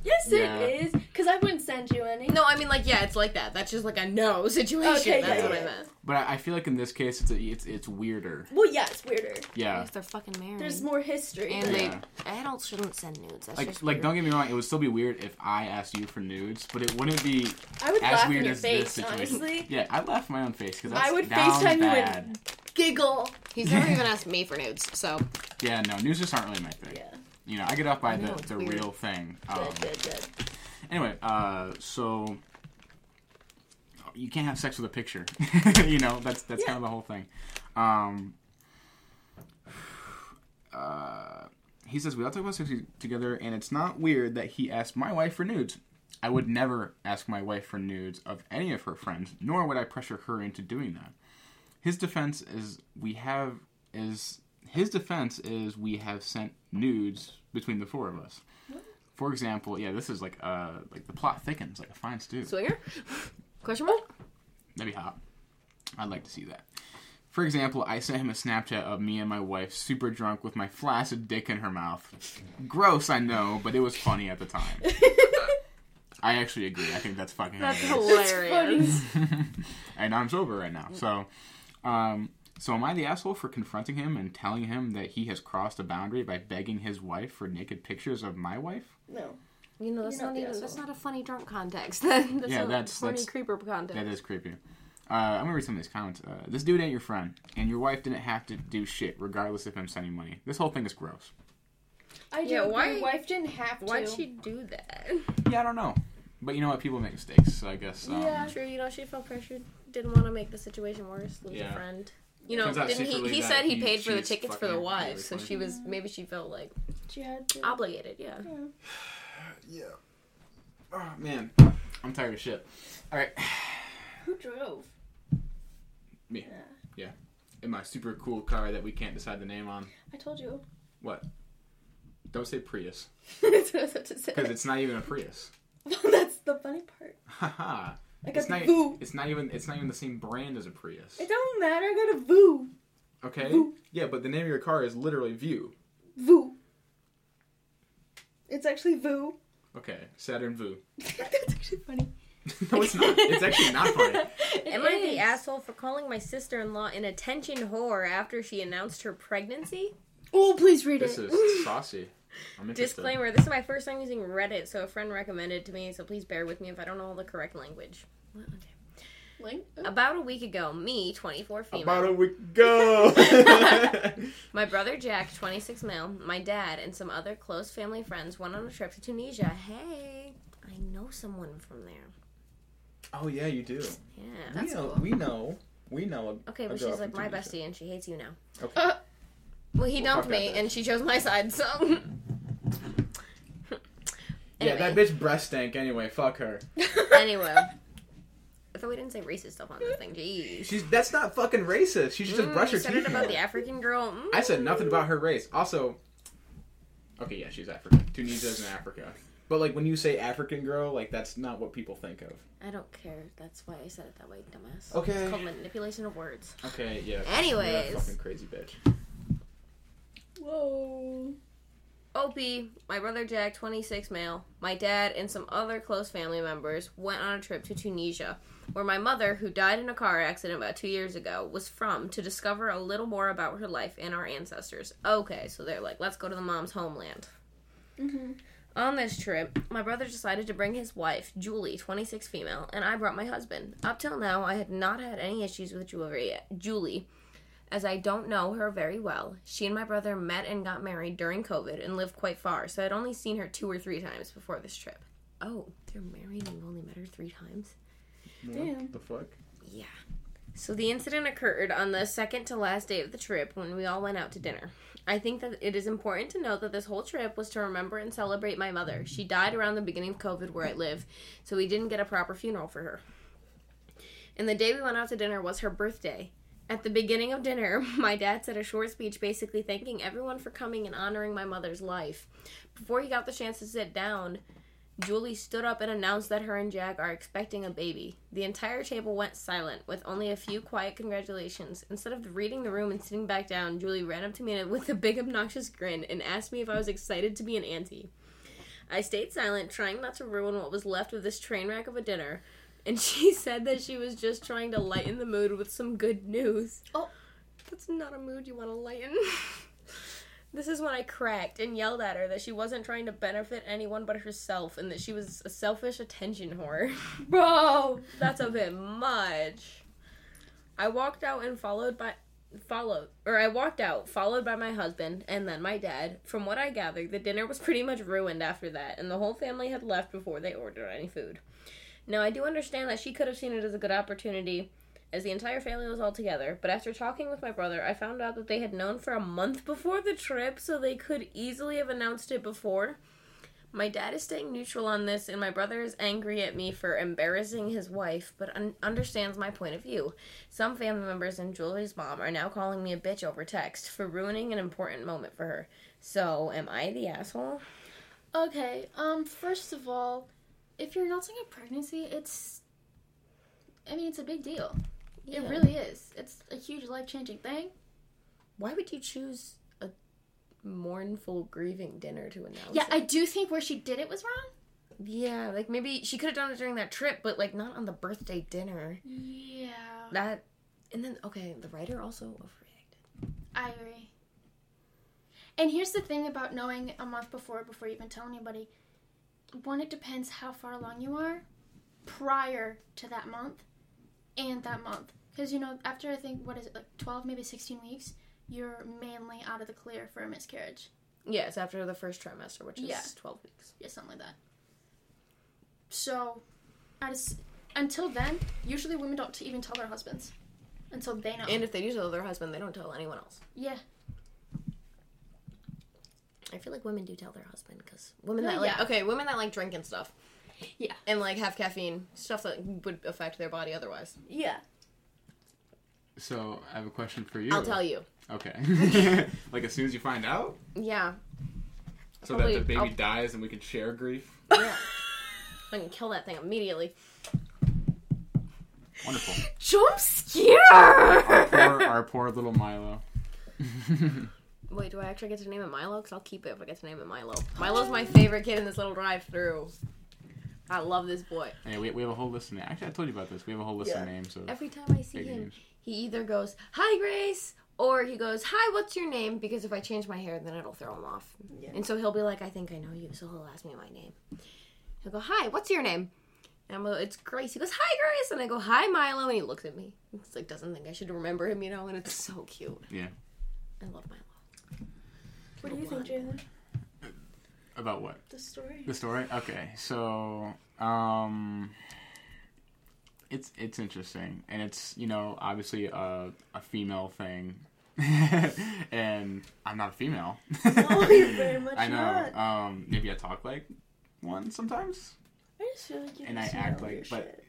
[SPEAKER 4] Yes,
[SPEAKER 1] Yeah.
[SPEAKER 4] it is, because I wouldn't send you any.
[SPEAKER 3] no, I mean, like, yeah, it's like that. That's just like a no (laughs) situation.
[SPEAKER 4] Okay, yeah,
[SPEAKER 3] That's what I
[SPEAKER 4] yeah.
[SPEAKER 3] meant.
[SPEAKER 1] but I, I feel like in this case, it's a, it's it's weirder.
[SPEAKER 4] Well, yeah, it's weirder.
[SPEAKER 1] Yeah.
[SPEAKER 3] If they're fucking married.
[SPEAKER 4] There's more history.
[SPEAKER 3] and
[SPEAKER 1] Yeah.
[SPEAKER 3] they. Adults shouldn't send nudes. That's
[SPEAKER 1] Like
[SPEAKER 3] just
[SPEAKER 1] like
[SPEAKER 3] weird.
[SPEAKER 1] don't get me wrong, it would still be weird if I asked you for nudes, but it wouldn't be
[SPEAKER 4] I would
[SPEAKER 1] as
[SPEAKER 4] laugh
[SPEAKER 1] weird
[SPEAKER 4] in your
[SPEAKER 1] as this
[SPEAKER 4] face,
[SPEAKER 1] situation.
[SPEAKER 4] honestly.
[SPEAKER 1] Yeah, I laugh in my own face because
[SPEAKER 4] I would
[SPEAKER 1] down
[SPEAKER 4] FaceTime you
[SPEAKER 1] bad.
[SPEAKER 4] and- Giggle.
[SPEAKER 3] He's never even asked me for nudes, so.
[SPEAKER 1] Yeah, no, news just aren't really my thing.
[SPEAKER 4] Yeah.
[SPEAKER 1] You know, I get off by
[SPEAKER 3] know,
[SPEAKER 1] the,
[SPEAKER 3] it's
[SPEAKER 1] the
[SPEAKER 3] weird.
[SPEAKER 1] real
[SPEAKER 4] (laughs)
[SPEAKER 1] thing. Um,
[SPEAKER 4] Good, good, good.
[SPEAKER 1] anyway, uh, so you can't have sex with a picture. (laughs) you know, that's that's kind of the whole thing. Um, uh, he says we all talk about sex together, and it's not weird that he asked my wife for nudes. I would never ask my wife for nudes of any of her friends, nor would I pressure her into doing that. His defense is we have is his defense is we have sent nudes between the four of us. For example, yeah, this is like uh like the plot thickens like a fine stew.
[SPEAKER 3] Swinger? Question mark?
[SPEAKER 1] That'd be hot. I'd like to see that. For example, I sent him a Snapchat of me and my wife super drunk with my flaccid dick in her mouth. Gross, I know, but it was funny at the
[SPEAKER 3] (laughs)
[SPEAKER 1] time. I actually agree. I think that's fucking
[SPEAKER 3] That's
[SPEAKER 1] hilarious.
[SPEAKER 3] hilarious.
[SPEAKER 1] and I'm sober right now. So, um, so am I the asshole for confronting him and telling him that he has crossed a boundary by begging his wife for naked pictures of my wife?
[SPEAKER 4] No.
[SPEAKER 3] You know, that's
[SPEAKER 4] You're not
[SPEAKER 3] not,
[SPEAKER 4] the
[SPEAKER 3] even
[SPEAKER 4] asshole.
[SPEAKER 3] that's not a funny drunk context. (laughs) that's
[SPEAKER 1] Yeah,
[SPEAKER 3] a
[SPEAKER 1] that's-
[SPEAKER 3] funny
[SPEAKER 1] that's-
[SPEAKER 3] creeper context.
[SPEAKER 1] That is creepy. Uh, I'm gonna read some of these comments. Uh, this dude ain't your friend, and your wife didn't have to do shit, regardless of him sending money. This whole thing is gross.
[SPEAKER 4] I do.
[SPEAKER 3] Yeah,
[SPEAKER 4] Yeah,
[SPEAKER 3] why-
[SPEAKER 4] My wife didn't have to.
[SPEAKER 3] Why'd she do that?
[SPEAKER 1] Um, Yeah, I don't know. But you know what? People make mistakes, so I guess. Um,
[SPEAKER 3] yeah, true. You know, she felt pressured. Didn't want to make the situation worse. Lose
[SPEAKER 1] Yeah.
[SPEAKER 3] a friend. You know,
[SPEAKER 1] Turns out
[SPEAKER 3] didn't he?
[SPEAKER 1] secretly
[SPEAKER 3] He
[SPEAKER 1] that
[SPEAKER 3] said he
[SPEAKER 1] he-
[SPEAKER 3] paid for the
[SPEAKER 1] she's
[SPEAKER 3] tickets for the
[SPEAKER 1] fucking
[SPEAKER 3] wives, so
[SPEAKER 1] really
[SPEAKER 3] she was maybe she felt like
[SPEAKER 4] She had to.
[SPEAKER 3] obligated. Yeah.
[SPEAKER 1] Yeah. Oh man, I'm tired of shit. All right,
[SPEAKER 4] Who drove?
[SPEAKER 1] me. Yeah. In my super cool car that we can't decide the name on.
[SPEAKER 4] I told you.
[SPEAKER 1] What? Don't say Prius,
[SPEAKER 4] (laughs) That's what I was about to say.
[SPEAKER 1] because it's not even a Prius. (laughs)
[SPEAKER 4] That's the funny part.
[SPEAKER 1] Haha.
[SPEAKER 4] I got
[SPEAKER 1] It's
[SPEAKER 4] the
[SPEAKER 1] not. e-
[SPEAKER 4] Voo.
[SPEAKER 1] It's not even. It's not even the same brand as a Prius.
[SPEAKER 4] It don't matter. I got a Voo.
[SPEAKER 1] Okay. Yeah, but the name of your car is literally View.
[SPEAKER 4] Voo. It's actually Voo. (laughs)
[SPEAKER 1] Okay, Saturn Voo.
[SPEAKER 4] That's actually funny.
[SPEAKER 1] (laughs) no, it's not. It's actually not funny.
[SPEAKER 3] Am I the asshole for calling my sister-in-law an attention whore after she announced her pregnancy?
[SPEAKER 4] Oh, please read
[SPEAKER 1] This
[SPEAKER 4] it.
[SPEAKER 1] is saucy. I'm interested.
[SPEAKER 3] Disclaimer: This is my first time using Reddit, so a friend recommended it to me. So please bear with me if I don't know the correct language. What? Okay.
[SPEAKER 4] (laughs) Link? Oh.
[SPEAKER 3] About a week ago, me, 24 female,
[SPEAKER 1] About a week (laughs) ago.
[SPEAKER 3] my brother Jack, 26 male, my dad, and some other close family friends went on a trip to Tunisia. Hey, I know someone from there.
[SPEAKER 1] oh yeah, you do.
[SPEAKER 3] Yeah.
[SPEAKER 1] we know. We know. We know.
[SPEAKER 3] Okay,
[SPEAKER 1] a
[SPEAKER 3] but
[SPEAKER 1] girl
[SPEAKER 3] she's like
[SPEAKER 1] from
[SPEAKER 3] my
[SPEAKER 1] Tunisia.
[SPEAKER 3] bestie, and she hates you now.
[SPEAKER 1] Okay.
[SPEAKER 4] Uh.
[SPEAKER 3] (laughs) well, he
[SPEAKER 1] Well,
[SPEAKER 3] dumped
[SPEAKER 1] fuck that
[SPEAKER 3] me,
[SPEAKER 1] bitch.
[SPEAKER 3] and she chose my side. So.
[SPEAKER 1] (laughs)
[SPEAKER 3] (laughs)
[SPEAKER 1] Yeah, that bitch breast stank anyway. Fuck her.
[SPEAKER 3] (laughs) anyway. I thought we didn't say racist stuff on this thing. Jeez.
[SPEAKER 1] She's that's not fucking racist. (laughs) She should just
[SPEAKER 3] Mm,
[SPEAKER 1] brush
[SPEAKER 3] you
[SPEAKER 1] her
[SPEAKER 3] said
[SPEAKER 1] teeth.
[SPEAKER 3] it about
[SPEAKER 1] more.
[SPEAKER 3] the African girl. Mm.
[SPEAKER 1] I said nothing about her race. Also, okay, yeah, she's African. Tunisia is in Africa. But like when you say African girl, like that's not what people think of.
[SPEAKER 3] I don't care. That's why I said it that way, dumbass.
[SPEAKER 1] Okay.
[SPEAKER 3] It's called manipulation of words.
[SPEAKER 1] Okay, yeah.
[SPEAKER 3] Anyways.
[SPEAKER 1] You're a fucking crazy bitch.
[SPEAKER 4] Whoa.
[SPEAKER 3] Opie, my brother Jack, 26 male, my dad, and some other close family members went on a trip to Tunisia, where my mother, who died in a car accident about two years ago, was from to discover a little more about her life and our ancestors. Okay, so they're like, let's go to the mom's homeland. On this trip, my brother decided to bring his wife, Julie, 26 female, and I brought my husband. Up till now, I had not had any issues with Julie, Julie, as I don't know her very well. She and my brother met and got married during COVID and lived quite far, so I'd only seen her two or three times before this trip. Oh, they're married and you've only met her three times?
[SPEAKER 1] What the fuck?
[SPEAKER 3] Yeah. So the incident occurred on the second to last day of the trip when we all went out to dinner. I think that it is important to note that this whole trip was to remember and celebrate my mother. She died around the beginning of COVID where I live, so we didn't get a proper funeral for her. And the day we went out to dinner was her birthday. At the beginning of dinner, (laughs) my dad said a short speech basically thanking everyone for coming and honoring my mother's life. Before he got the chance to sit down, Julie stood up and announced that her and Jack are expecting a baby. The entire table went silent, with only a few quiet congratulations. Instead of reading the room and sitting back down, Julie ran up to me with a big, obnoxious grin and asked me if I was excited to be an auntie. I stayed silent, trying not to ruin what was left of this train wreck of a dinner, and she (laughs) said that she was just trying to lighten the mood with some good news.
[SPEAKER 4] Oh.
[SPEAKER 3] that's not a mood you want to lighten. (laughs) This is when I cracked and yelled at her that she wasn't trying to benefit anyone but herself and that she was a selfish attention whore.
[SPEAKER 4] Bro.
[SPEAKER 3] That's a bit much. I walked out and followed by followed or I walked out followed by my husband and then my dad. From what I gathered, the dinner was pretty much ruined after that and the whole family had left before they ordered any food. Now I do understand that she could have seen it as a good opportunity as the entire family was all together, but after talking with my brother, I found out that they had known for a month before the trip, so they could easily have announced it before. My dad is staying neutral on this, and my brother is angry at me for embarrassing his wife, but un- understands my point of view. Some family members and Julie's mom are now calling me a bitch over text for ruining an important moment for her. So, am I the asshole?
[SPEAKER 4] Okay, um, first of all, if you're announcing a pregnancy, it's. I mean, it's a big deal. It really is. It's a huge life changing thing.
[SPEAKER 3] Why would you choose a mournful, grieving dinner to announce?
[SPEAKER 4] Yeah,
[SPEAKER 3] it?
[SPEAKER 4] I do think where she did it was wrong.
[SPEAKER 3] yeah. Like maybe she could have done it during that trip, but like not on the birthday dinner.
[SPEAKER 4] Yeah.
[SPEAKER 3] That, and then okay, the writer also overreacted.
[SPEAKER 4] I agree. And here's the thing about knowing a month before before you even tell anybody. One, it depends how far along you are prior to that month and that month. Because, you know, after I think, what is it, like 12, maybe 16 weeks, you're mainly out of the clear for a miscarriage.
[SPEAKER 3] Yes, after the first trimester, which is
[SPEAKER 4] Yeah.
[SPEAKER 3] twelve weeks.
[SPEAKER 4] Yeah, something like that. So, I just until then, usually women don't t- even tell their husbands until they know.
[SPEAKER 3] And if they do tell their husband, they don't tell anyone else.
[SPEAKER 4] yeah,
[SPEAKER 3] I feel like women do tell their husband because women
[SPEAKER 4] No,
[SPEAKER 3] that like
[SPEAKER 4] yeah.
[SPEAKER 3] okay, women that like drink and stuff.
[SPEAKER 4] Yeah.
[SPEAKER 3] And like have caffeine stuff that would affect their body otherwise.
[SPEAKER 4] yeah.
[SPEAKER 1] So I have a question for you.
[SPEAKER 3] I'll tell you.
[SPEAKER 1] Okay. (laughs) like as soon as you find out,
[SPEAKER 3] Yeah.
[SPEAKER 1] so
[SPEAKER 3] Probably-
[SPEAKER 1] that the baby
[SPEAKER 3] I'll-
[SPEAKER 1] dies and we can share grief. (laughs)
[SPEAKER 3] Yeah. I can kill that thing immediately.
[SPEAKER 1] Wonderful.
[SPEAKER 3] Jump scare.
[SPEAKER 1] Our poor, our poor little Milo. (laughs)
[SPEAKER 3] Wait, do I actually get to name it Milo? Because I'll keep it if I get to name it (gasps) Milo. Milo's my favorite kid in this little drive-through. I love this boy.
[SPEAKER 1] Hey, we, we have a whole list of names. Actually, I told you about this. We have a whole list
[SPEAKER 3] Yeah.
[SPEAKER 1] of names. Of
[SPEAKER 3] Every time I see
[SPEAKER 1] baby
[SPEAKER 3] him,
[SPEAKER 1] names.
[SPEAKER 3] he either goes, "Hi, Grace," or he goes, "Hi, what's your name?" Because if I change my hair, then it'll throw him off.
[SPEAKER 2] Yeah.
[SPEAKER 3] And so he'll be like, "I think I know you," so he'll ask me my name. He'll go, "Hi, what's your name?" And I'm like, "It's Grace." He goes, "Hi, Grace," and I go, "Hi, Milo," and he looks at me. It's like doesn't think I should remember him, you know. And it's so cute.
[SPEAKER 1] Yeah.
[SPEAKER 3] I love Milo.
[SPEAKER 4] What do you think, Jalen?
[SPEAKER 1] About what?
[SPEAKER 4] The story.
[SPEAKER 1] The story? Okay. So, um it's it's interesting and it's, you know, obviously a a female thing. (laughs) and I'm not a female. (laughs)
[SPEAKER 4] very much
[SPEAKER 1] I know. Um maybe I talk like one sometimes.
[SPEAKER 2] I just feel like you
[SPEAKER 1] And I act like but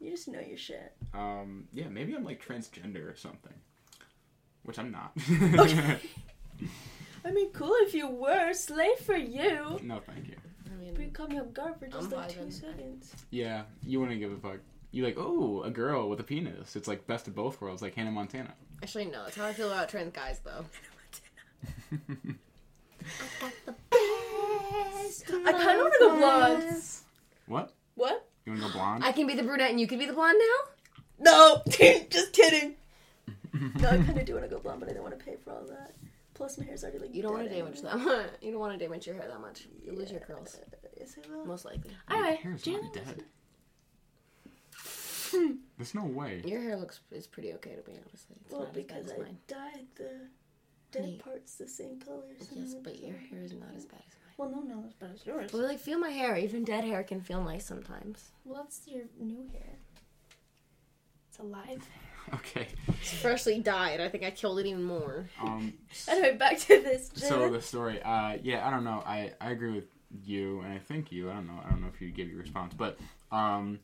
[SPEAKER 2] you just know your shit.
[SPEAKER 1] um yeah, maybe I'm like transgender or something. Which I'm not. (laughs)
[SPEAKER 2] I mean, cool if you were slave for you.
[SPEAKER 1] no, thank you.
[SPEAKER 3] I mean,
[SPEAKER 2] Become your guard for just
[SPEAKER 3] I'm
[SPEAKER 2] like two
[SPEAKER 3] vibing. (laughs)
[SPEAKER 2] seconds.
[SPEAKER 1] Yeah, you wouldn't give a fuck. You like, oh, a girl with a penis. It's like best of both worlds, like Hannah Montana.
[SPEAKER 3] actually, no. That's how I feel about trans guys, though.
[SPEAKER 2] I kind of want the blonde.
[SPEAKER 1] What?
[SPEAKER 2] What?
[SPEAKER 1] You wanna go blonde?
[SPEAKER 3] I can be the brunette, and you can be the blonde now.
[SPEAKER 2] No, (laughs)
[SPEAKER 1] (laughs)
[SPEAKER 2] just kidding. No, I kind of do want to go blonde, but I don't want to pay for all that. Plus, my hair's already like.
[SPEAKER 3] You don't want to
[SPEAKER 2] dead
[SPEAKER 3] damage
[SPEAKER 2] anyway.
[SPEAKER 3] that. much. (laughs) you don't want to damage your hair that much. You lose your
[SPEAKER 2] Yeah.
[SPEAKER 3] curls,
[SPEAKER 2] Yes, I will.
[SPEAKER 3] most likely.
[SPEAKER 1] Your
[SPEAKER 4] Anyway,
[SPEAKER 1] hair's
[SPEAKER 4] Jalen.
[SPEAKER 1] not dead. There's no
[SPEAKER 3] (laughs)
[SPEAKER 1] way.
[SPEAKER 3] Your hair looks is pretty okay to be honest. It's
[SPEAKER 2] Well,
[SPEAKER 3] not as
[SPEAKER 2] because
[SPEAKER 3] bad
[SPEAKER 2] I
[SPEAKER 3] as mine.
[SPEAKER 2] dyed the dead
[SPEAKER 3] Neat.
[SPEAKER 2] parts the same color. so
[SPEAKER 3] Yes,
[SPEAKER 2] now
[SPEAKER 3] but
[SPEAKER 2] it's
[SPEAKER 3] your
[SPEAKER 2] all-
[SPEAKER 3] hair is not as bad as mine.
[SPEAKER 2] Well, no, no, it's better as yours.
[SPEAKER 3] But like, feel my hair. Even dead hair can feel nice sometimes.
[SPEAKER 2] Well, that's your new hair. It's alive.
[SPEAKER 1] Okay.
[SPEAKER 3] It's freshly dyed. I think I killed it even more.
[SPEAKER 1] Um.
[SPEAKER 2] (laughs) Anyway, back to this.
[SPEAKER 1] So
[SPEAKER 2] Jalen.
[SPEAKER 1] the story. Uh. Yeah. I don't know. I I agree with you, and I think you. I don't know. I don't know if you gave your response, but um,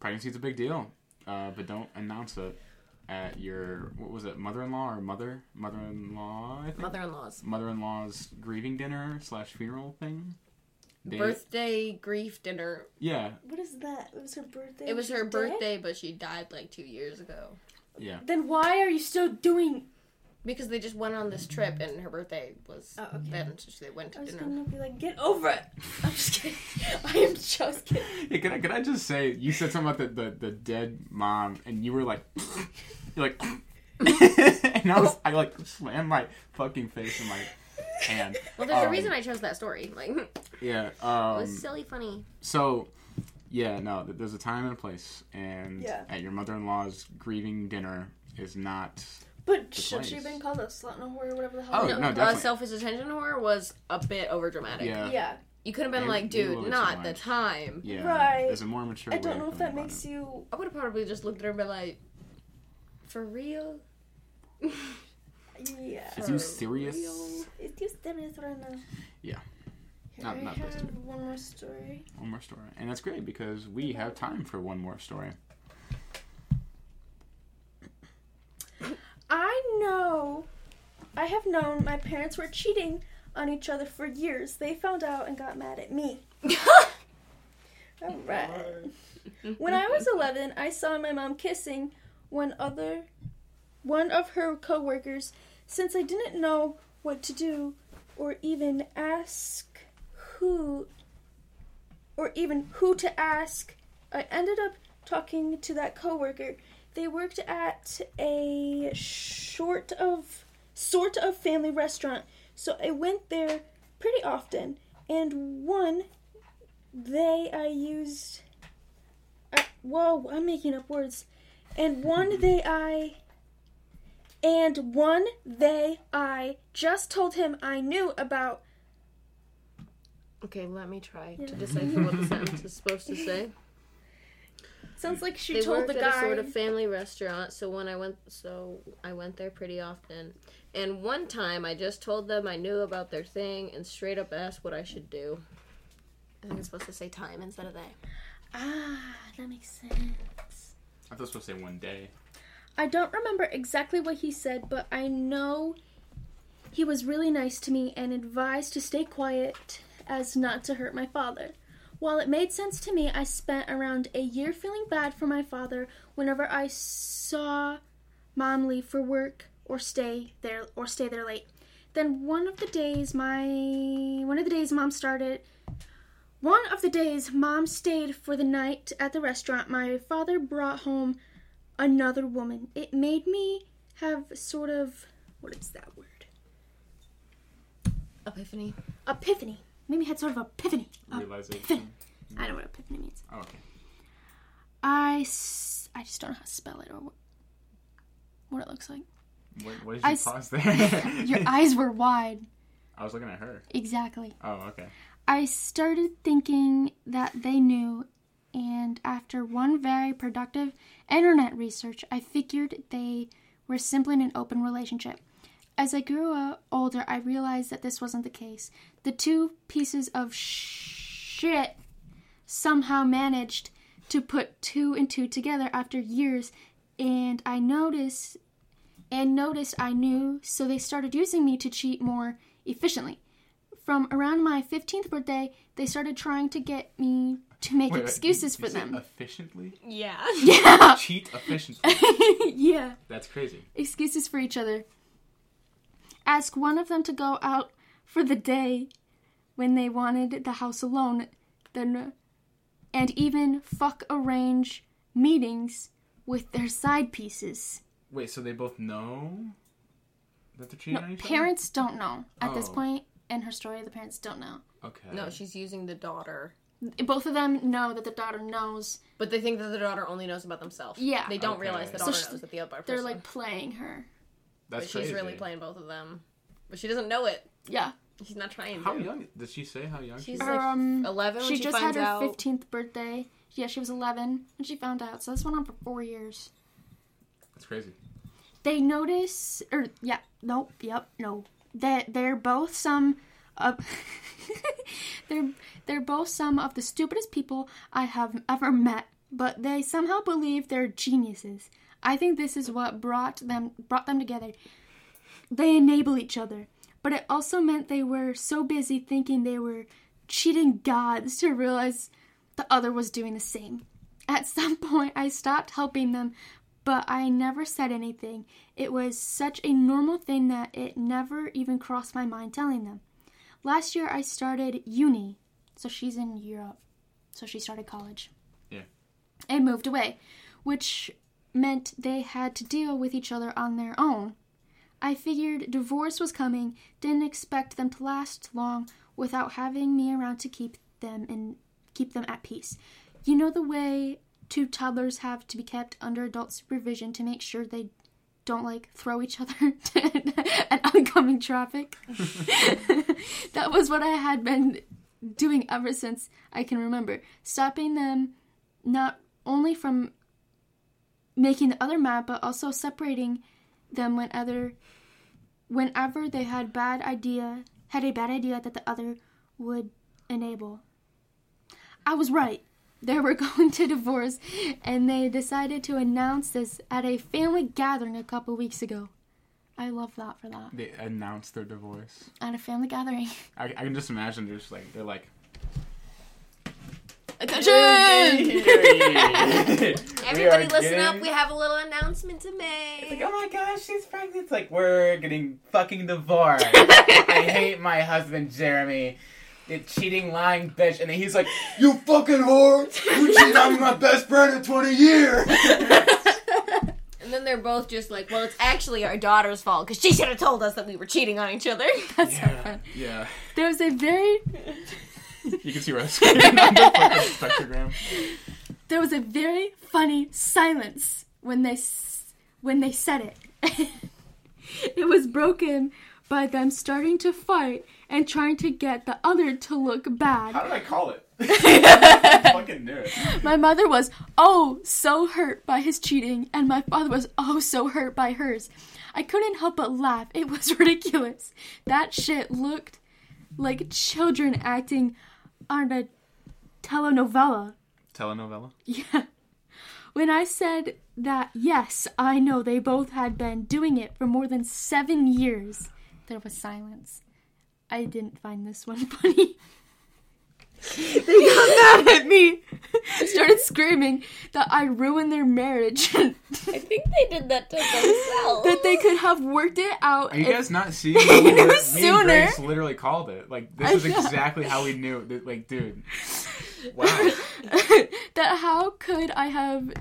[SPEAKER 1] pregnancy's a big deal. Uh, but don't announce it at your what was it mother-in-law or mother mother-in-law I think
[SPEAKER 3] Mother-in-law's
[SPEAKER 1] mother-in-law's grieving dinner slash funeral thing. They-
[SPEAKER 3] birthday grief dinner.
[SPEAKER 1] Yeah.
[SPEAKER 2] what is that? It was her birthday.
[SPEAKER 3] It was
[SPEAKER 2] She's
[SPEAKER 3] her
[SPEAKER 2] dead?
[SPEAKER 3] birthday, but she died like two years ago
[SPEAKER 1] Yeah.
[SPEAKER 2] Then why are you still doing?
[SPEAKER 3] because they just went on this trip and her birthday was
[SPEAKER 2] Oh, okay.
[SPEAKER 3] then, so they went to
[SPEAKER 2] I was
[SPEAKER 3] dinner.
[SPEAKER 2] gonna be like, get over it. I'm just kidding. (laughs) I am just kidding.
[SPEAKER 1] Hey, can I can I just say you said something about the, the, the dead mom and you were like (laughs) you're like (laughs) and I was I like slammed my fucking face in my hand.
[SPEAKER 3] Well, there's a
[SPEAKER 1] Um,
[SPEAKER 3] reason I chose that story. Like, (laughs) it
[SPEAKER 1] Yeah.
[SPEAKER 3] was
[SPEAKER 1] Um
[SPEAKER 3] silly, funny.
[SPEAKER 1] so yeah, no, th- there's a time and a place and
[SPEAKER 2] Yeah.
[SPEAKER 1] at your mother in law's grieving dinner is not
[SPEAKER 2] (laughs) But should
[SPEAKER 1] place.
[SPEAKER 2] she have been called a slut and a whore or whatever the
[SPEAKER 1] Oh,
[SPEAKER 2] hell?
[SPEAKER 1] no,
[SPEAKER 3] uh,
[SPEAKER 1] definitely. uh,
[SPEAKER 3] selfish attention whore was a bit over dramatic.
[SPEAKER 1] yeah. Yeah.
[SPEAKER 2] Yeah.
[SPEAKER 3] You could have been
[SPEAKER 1] They-
[SPEAKER 3] like,
[SPEAKER 1] they
[SPEAKER 3] dude,
[SPEAKER 1] lowered so
[SPEAKER 3] not the
[SPEAKER 1] much.
[SPEAKER 3] time.
[SPEAKER 2] Right.
[SPEAKER 1] There's a more mature
[SPEAKER 2] I
[SPEAKER 1] way
[SPEAKER 2] don't
[SPEAKER 1] of
[SPEAKER 2] know
[SPEAKER 1] going
[SPEAKER 2] if that
[SPEAKER 1] about
[SPEAKER 2] makes
[SPEAKER 1] it.
[SPEAKER 2] you.
[SPEAKER 3] I would have probably just looked at her and been like, for real?
[SPEAKER 2] Yeah.
[SPEAKER 1] Is you
[SPEAKER 3] for
[SPEAKER 1] serious?
[SPEAKER 3] real?"
[SPEAKER 2] It's just Dennis right now.
[SPEAKER 1] Yeah.
[SPEAKER 2] Here
[SPEAKER 1] Not-
[SPEAKER 2] I
[SPEAKER 1] not
[SPEAKER 2] have
[SPEAKER 1] this time.
[SPEAKER 2] one more story.
[SPEAKER 1] One more story. And that's great because we have time for one more story.
[SPEAKER 2] I know. I have known my parents were cheating on each other for years. They found out and got mad at me. All right. When I was 11, I saw my mom kissing one other one of her coworkers since I didn't know what to do or even ask who or even who to ask. I ended up talking to that coworker. They worked at a short of sort of family restaurant, so I went there pretty often. And one they I used I, whoa, I'm making up words.
[SPEAKER 3] (laughs)
[SPEAKER 2] And one they I and one they I just told him I knew about
[SPEAKER 3] Okay, let me try
[SPEAKER 4] Yeah.
[SPEAKER 3] to decipher (laughs) what the sentence is supposed to say.
[SPEAKER 4] Sounds like she
[SPEAKER 3] they
[SPEAKER 4] told
[SPEAKER 3] worked
[SPEAKER 4] the
[SPEAKER 3] at
[SPEAKER 4] guy.
[SPEAKER 3] a sort of family restaurant, so when I went, so I went there pretty often. And one time, I just told them I knew about their thing and straight up asked what I should do. I think it's supposed to say time instead of they.
[SPEAKER 4] Ah, that makes sense.
[SPEAKER 1] I thought it was supposed to say one day.
[SPEAKER 4] I don't remember exactly what he said, but I know he was really nice to me and advised to stay quiet as not to hurt my father. While it made sense to me, I spent around a year feeling bad for my father whenever I saw mom leave for work or stay there or stay there late. Then one of the days my one of the days mom started one of the days mom stayed for the night at the restaurant. My father brought home another woman. It made me have sort of what is that word?
[SPEAKER 3] Epiphany.
[SPEAKER 4] Epiphany. Made me had sort of epiphany.
[SPEAKER 3] Oh.
[SPEAKER 1] Realization.
[SPEAKER 3] (laughs)
[SPEAKER 4] I don't know what epiphany means.
[SPEAKER 1] Oh, okay.
[SPEAKER 4] I s- I just don't know how to spell it or what, what it looks like.
[SPEAKER 1] What, what did you
[SPEAKER 4] I s-
[SPEAKER 3] (laughs)
[SPEAKER 1] pause there? (laughs)
[SPEAKER 4] Your eyes were wide.
[SPEAKER 1] I was looking at her.
[SPEAKER 4] Exactly.
[SPEAKER 1] Oh, okay.
[SPEAKER 4] I started thinking that they knew, and after one very productive internet research, I figured they were simply in an open relationship. As I grew uh, older, I realized that this wasn't the case. The two pieces of sh- shit somehow managed to put two and two together after years, and I noticed and noticed I knew, so they started using me to cheat more efficiently from around my 15th birthday, they started trying to get me to make
[SPEAKER 1] Wait, wait,
[SPEAKER 4] excuses
[SPEAKER 1] did-
[SPEAKER 4] for
[SPEAKER 1] did you say
[SPEAKER 4] them.
[SPEAKER 1] Efficiently? (laughs)
[SPEAKER 3] Yeah.
[SPEAKER 4] yeah.
[SPEAKER 1] Cheat
[SPEAKER 3] (laughs)
[SPEAKER 1] efficiently.
[SPEAKER 4] (laughs) yeah.
[SPEAKER 1] That's crazy.
[SPEAKER 4] Excuses for each other. Ask one of them to go out for the day when they wanted the house alone, then and even fuck arrange meetings with their side pieces.
[SPEAKER 1] Wait, so they both know that they're cheating
[SPEAKER 4] No,
[SPEAKER 1] on each
[SPEAKER 4] parents don't know at this
[SPEAKER 1] Oh.
[SPEAKER 4] point in her story. The parents don't know.
[SPEAKER 1] other? Okay.
[SPEAKER 3] No, she's using the daughter.
[SPEAKER 4] Both of them know that the daughter knows.
[SPEAKER 3] But they think that the daughter only knows about themselves.
[SPEAKER 4] Yeah.
[SPEAKER 3] They don't
[SPEAKER 1] Okay.
[SPEAKER 3] realize the
[SPEAKER 1] So
[SPEAKER 3] daughter
[SPEAKER 4] she-
[SPEAKER 3] knows that the other
[SPEAKER 4] They're
[SPEAKER 3] person.
[SPEAKER 4] like playing her.
[SPEAKER 1] That's
[SPEAKER 3] but she's
[SPEAKER 1] crazy.
[SPEAKER 3] really playing both of them. But she doesn't know it.
[SPEAKER 4] Yeah.
[SPEAKER 3] She's not trying
[SPEAKER 1] How
[SPEAKER 3] to.
[SPEAKER 1] young? Does she say how young
[SPEAKER 3] She's
[SPEAKER 1] she?
[SPEAKER 3] like
[SPEAKER 4] Um,
[SPEAKER 3] 11 when
[SPEAKER 4] she,
[SPEAKER 3] she,
[SPEAKER 4] just had
[SPEAKER 3] finds
[SPEAKER 4] her
[SPEAKER 3] out.
[SPEAKER 4] 15th birthday. Yeah, she was 11 when she found out. So this went on for four years.
[SPEAKER 1] That's crazy.
[SPEAKER 4] They notice, or yeah, nope, yep, no. That they're both some of (laughs) they're they're both some of the stupidest people I have ever met. But they somehow believe they're geniuses. I think this is what brought them brought them together. They enable each other, but it also meant they were so busy thinking they were cheating gods to realize the other was doing the same. At some point, I stopped helping them, but I never said anything. It was such a normal thing that it never even crossed my mind telling them. Last year, I started uni, so she's in Europe, so she started college.
[SPEAKER 1] Yeah.
[SPEAKER 4] And moved away, which meant they had to deal with each other on their own. I figured divorce was coming, didn't expect them to last long without having me around to keep them and keep them at peace. You know the way two toddlers have to be kept under adult supervision to make sure they don't like throw each other (laughs) at oncoming traffic. (laughs) that was what I had been doing ever since I can remember, stopping them not only from making the other mad but also separating them when other whenever they had bad idea had a bad idea that the other would enable. I was right. They were (laughs) going to divorce and they decided to announce this at a family gathering a couple weeks ago. I love that for that.
[SPEAKER 1] They announced their divorce.
[SPEAKER 4] At a family gathering. (laughs)
[SPEAKER 1] I, I can just imagine they're just like they're like.
[SPEAKER 3] Attention! (laughs) Everybody
[SPEAKER 1] Everybody,
[SPEAKER 3] listen up. We have a little announcement to make.
[SPEAKER 1] oh my gosh, she's pregnant. It's like we're getting fucking
[SPEAKER 4] (laughs)
[SPEAKER 1] divorced. I hate my husband Jeremy. The cheating, lying bitch, and then he's like, "You fucking whore! You cheated on my best friend in twenty years."
[SPEAKER 3] And then they're both just like, well, it's actually our daughter's fault because she should have told us that we were cheating on each other.
[SPEAKER 4] (laughs) That's so
[SPEAKER 1] yeah,
[SPEAKER 4] fun.
[SPEAKER 1] yeah.
[SPEAKER 4] There was a very
[SPEAKER 1] You can see where I was going (laughs) on the fucking spectrogram.
[SPEAKER 4] there was a very funny silence when they s- when they (laughs) said it. it was broken by them starting to fight and trying to get the other to look bad.
[SPEAKER 1] How did I call
[SPEAKER 4] (laughs)
[SPEAKER 1] it? I fucking knew it.
[SPEAKER 4] My mother was oh so hurt by his cheating, and my father was oh so hurt by hers. I couldn't help but laugh. It was (laughs) ridiculous. That shit looked like children acting on a telenovela.
[SPEAKER 1] Telenovela.
[SPEAKER 4] Yeah. When I said that, yes, I know they both had been doing it for more than seven years, there was silence. I didn't find this one (laughs) funny.
[SPEAKER 3] They got mad at me.
[SPEAKER 4] (laughs) Started screaming that I ruined their marriage, (laughs) and
[SPEAKER 3] I think (laughs) they did that to themselves.
[SPEAKER 4] that they could have worked it out.
[SPEAKER 1] Are you
[SPEAKER 4] and-
[SPEAKER 1] guys not
[SPEAKER 4] (laughs)
[SPEAKER 1] seeing? Me
[SPEAKER 4] knew sooner.
[SPEAKER 1] and Grace literally called it. Like this
[SPEAKER 4] I
[SPEAKER 1] is
[SPEAKER 4] know.
[SPEAKER 1] exactly how we knew. That, like,
[SPEAKER 4] (laughs)
[SPEAKER 1] dude. Wow.
[SPEAKER 4] that how could I have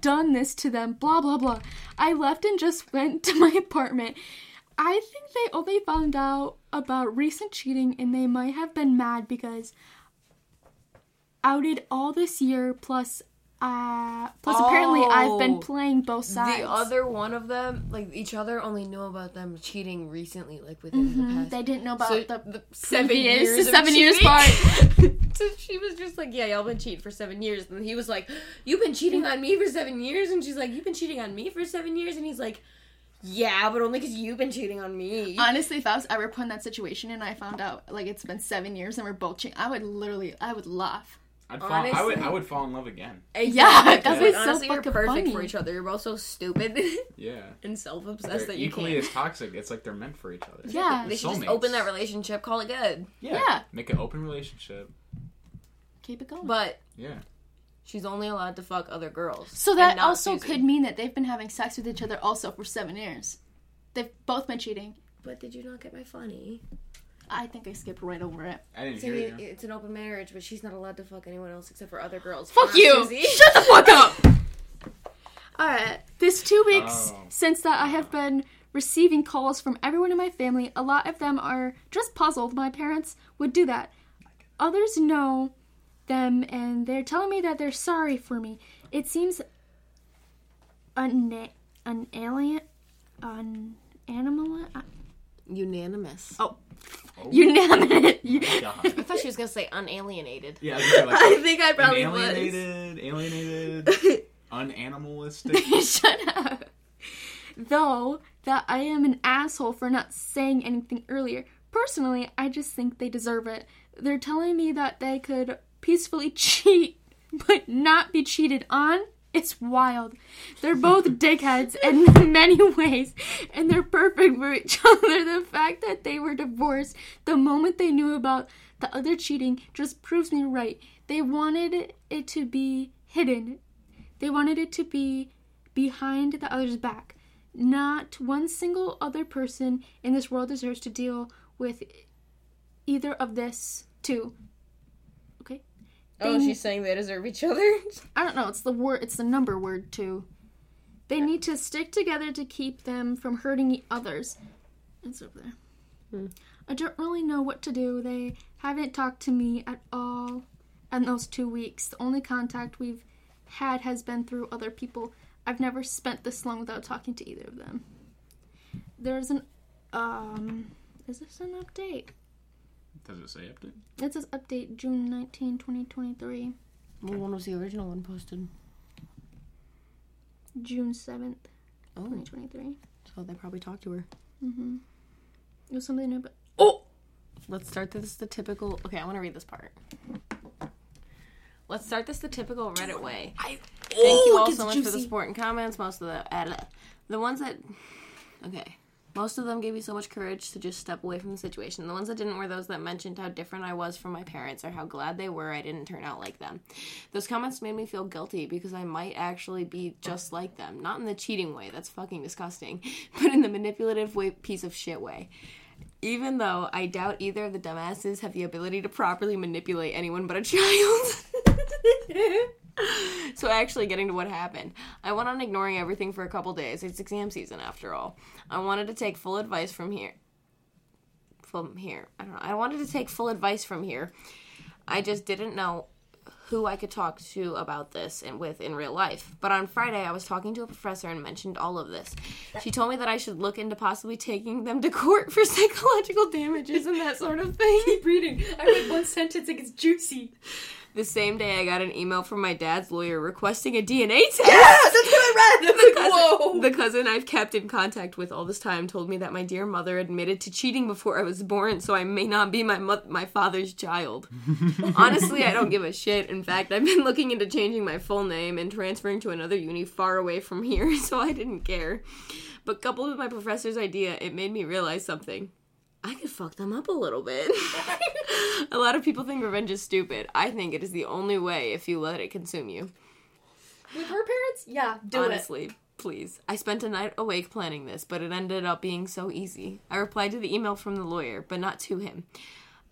[SPEAKER 4] done this to them? Blah blah blah. I left and just went (laughs) to my apartment. I think they only found out about recent cheating and they might have been mad because outed all this year plus uh plus apparently I've been
[SPEAKER 3] Oh.
[SPEAKER 4] playing both sides.
[SPEAKER 3] The other one of them, like each other, only knew about them cheating recently, like within the past.
[SPEAKER 4] they didn't know about
[SPEAKER 3] So
[SPEAKER 4] the
[SPEAKER 3] the seven
[SPEAKER 4] previous-
[SPEAKER 3] years,
[SPEAKER 4] the (laughs)
[SPEAKER 3] of
[SPEAKER 4] seven years
[SPEAKER 3] cheating.
[SPEAKER 4] part. (laughs)
[SPEAKER 3] so she was just like, "Yeah, y'all been cheating for seven years," and he was like, "You've been cheating on me for seven years," and she's like, "You've been cheating on me for seven years," and he's like, "Yeah, but only because you've been cheating on me."
[SPEAKER 4] Honestly, if I was ever put in that situation and I found out like it's been seven years and we're both cheating, I would literally I would laugh.
[SPEAKER 1] I'd fall, I would.
[SPEAKER 3] Honestly.
[SPEAKER 1] I would fall in love again.
[SPEAKER 4] Yeah, that's
[SPEAKER 3] Like,
[SPEAKER 4] so
[SPEAKER 3] honestly, you're
[SPEAKER 4] fucking
[SPEAKER 3] perfect
[SPEAKER 4] funny.
[SPEAKER 3] for each other. You're both so stupid (laughs)
[SPEAKER 1] Yeah.
[SPEAKER 3] and self-obsessed
[SPEAKER 1] They're
[SPEAKER 3] that you
[SPEAKER 1] equally
[SPEAKER 3] can't.
[SPEAKER 1] as toxic. It's like they're meant for each other.
[SPEAKER 4] (laughs) Yeah.
[SPEAKER 3] They should just
[SPEAKER 1] soulmates.
[SPEAKER 3] open that relationship, call it good.
[SPEAKER 1] Yeah.
[SPEAKER 4] Yeah.
[SPEAKER 1] Make an open relationship.
[SPEAKER 4] Keep it going.
[SPEAKER 3] But
[SPEAKER 1] Yeah.
[SPEAKER 3] she's only allowed to fuck other girls.
[SPEAKER 4] So
[SPEAKER 3] and
[SPEAKER 4] that
[SPEAKER 3] not
[SPEAKER 4] also
[SPEAKER 3] Susan.
[SPEAKER 4] could mean that they've been having sex with each other also for seven years. They've both been cheating.
[SPEAKER 3] But did you not get my funny?
[SPEAKER 4] I think I skipped right over it.
[SPEAKER 1] I didn't
[SPEAKER 3] So
[SPEAKER 1] hear
[SPEAKER 3] you-
[SPEAKER 1] you.
[SPEAKER 3] it's an open marriage, but she's not allowed to fuck anyone else except for other girls.
[SPEAKER 4] Fuck
[SPEAKER 3] Not
[SPEAKER 4] you!
[SPEAKER 3] Susie. (laughs)
[SPEAKER 4] Shut the fuck (laughs) up! Alright. This two weeks
[SPEAKER 1] Oh.
[SPEAKER 4] since that I have been receiving calls from everyone in my family. A lot of them are just puzzled. My parents would do that. Others know them and they're telling me that they're sorry for me. It seems un an alien un animal uh,
[SPEAKER 3] Unanimous.
[SPEAKER 4] Oh. (laughs) Unanimous.
[SPEAKER 1] Oh, God.
[SPEAKER 3] (laughs) I thought she was gonna say unalienated.
[SPEAKER 1] Yeah. I was gonna
[SPEAKER 3] I
[SPEAKER 1] say,
[SPEAKER 3] think I
[SPEAKER 1] like,
[SPEAKER 3] probably was.
[SPEAKER 1] alienated. Alienated.
[SPEAKER 3] (laughs)
[SPEAKER 1] Unanimalistic.
[SPEAKER 4] Shut up. Though that I am an asshole for not saying anything earlier. Personally, I just think they deserve it. They're telling me that they could peacefully (laughs) cheat but not be cheated on. It's wild. They're both dickheads in (laughs) many ways, and they're perfect for each (laughs) other. The fact that they were divorced the moment they knew about the other cheating just proves me right. They wanted it to be hidden, they wanted it to be behind the other's back. Not one single other person in this world deserves to deal with either of this two. Okay.
[SPEAKER 3] Oh, she's saying they deserve each other. (laughs)
[SPEAKER 4] I don't know. It's the word. It's the number word too. They need to stick together to keep them from hurting e- others. It's over there. I don't really know what to do. They haven't talked to me at all in those two weeks. The only contact we've had has been through other people. I've never spent this long without talking to either of them. There's an um. Is this an update?
[SPEAKER 1] Does it say up to?
[SPEAKER 4] It says update June 19, 2023.
[SPEAKER 3] Well, when was the original one posted?
[SPEAKER 4] June 7th,
[SPEAKER 3] Oh,
[SPEAKER 4] 2023.
[SPEAKER 3] so they probably talked to her.
[SPEAKER 4] Mm-hmm. It was something about.
[SPEAKER 3] Let's start this the typical. Okay, I want to read this part. Let's start this the typical Reddit way.
[SPEAKER 4] I
[SPEAKER 3] Thank you all so much for the support and comments. Most of the uh, the ones that okay, most of them gave me so much courage to just step away from the situation. The ones that didn't were those that mentioned how different I was from my parents or how glad they were I didn't turn out like them. Those comments made me feel guilty because I might actually be just like them, not in the cheating way. That's fucking disgusting, (laughs) but in the manipulative way, piece of shit way. Even though I doubt either of the dumbasses have the ability to properly manipulate anyone but a child. (laughs) so actually getting to what happened i went on ignoring everything for a couple days it's exam season after all i wanted to take full advice from here from here i don't know i wanted to take full advice from here i just didn't know who I could talk to about this and with in real life. But on Friday, I was talking to a professor and mentioned all of this. She told me that I should look into possibly taking them to court for (laughs) psychological damages and that sort of thing.
[SPEAKER 5] Keep reading. I read one sentence like it's juicy.
[SPEAKER 3] The same day, I got an email from my dad's lawyer requesting a DNA test.
[SPEAKER 5] that's what I read.
[SPEAKER 3] (laughs) The cousin, the cousin I've kept in contact with all this time told me that my dear mother admitted to cheating before I was born, so I may not be my mo- my father's child. (laughs) Honestly, I don't give a shit. In fact, I've been looking into changing my full name and transferring to another uni far away from here, (laughs) so I didn't care. But coupled with my professor's idea, it made me realize something. I could fuck them up a little bit. (laughs) a lot of people think revenge is stupid. I think it is the only way if you let it consume you.
[SPEAKER 5] With her parents? Yeah, do
[SPEAKER 3] Honestly, please. I spent a night awake planning this, but it ended up being so easy. I replied to the email from the lawyer, but not to him.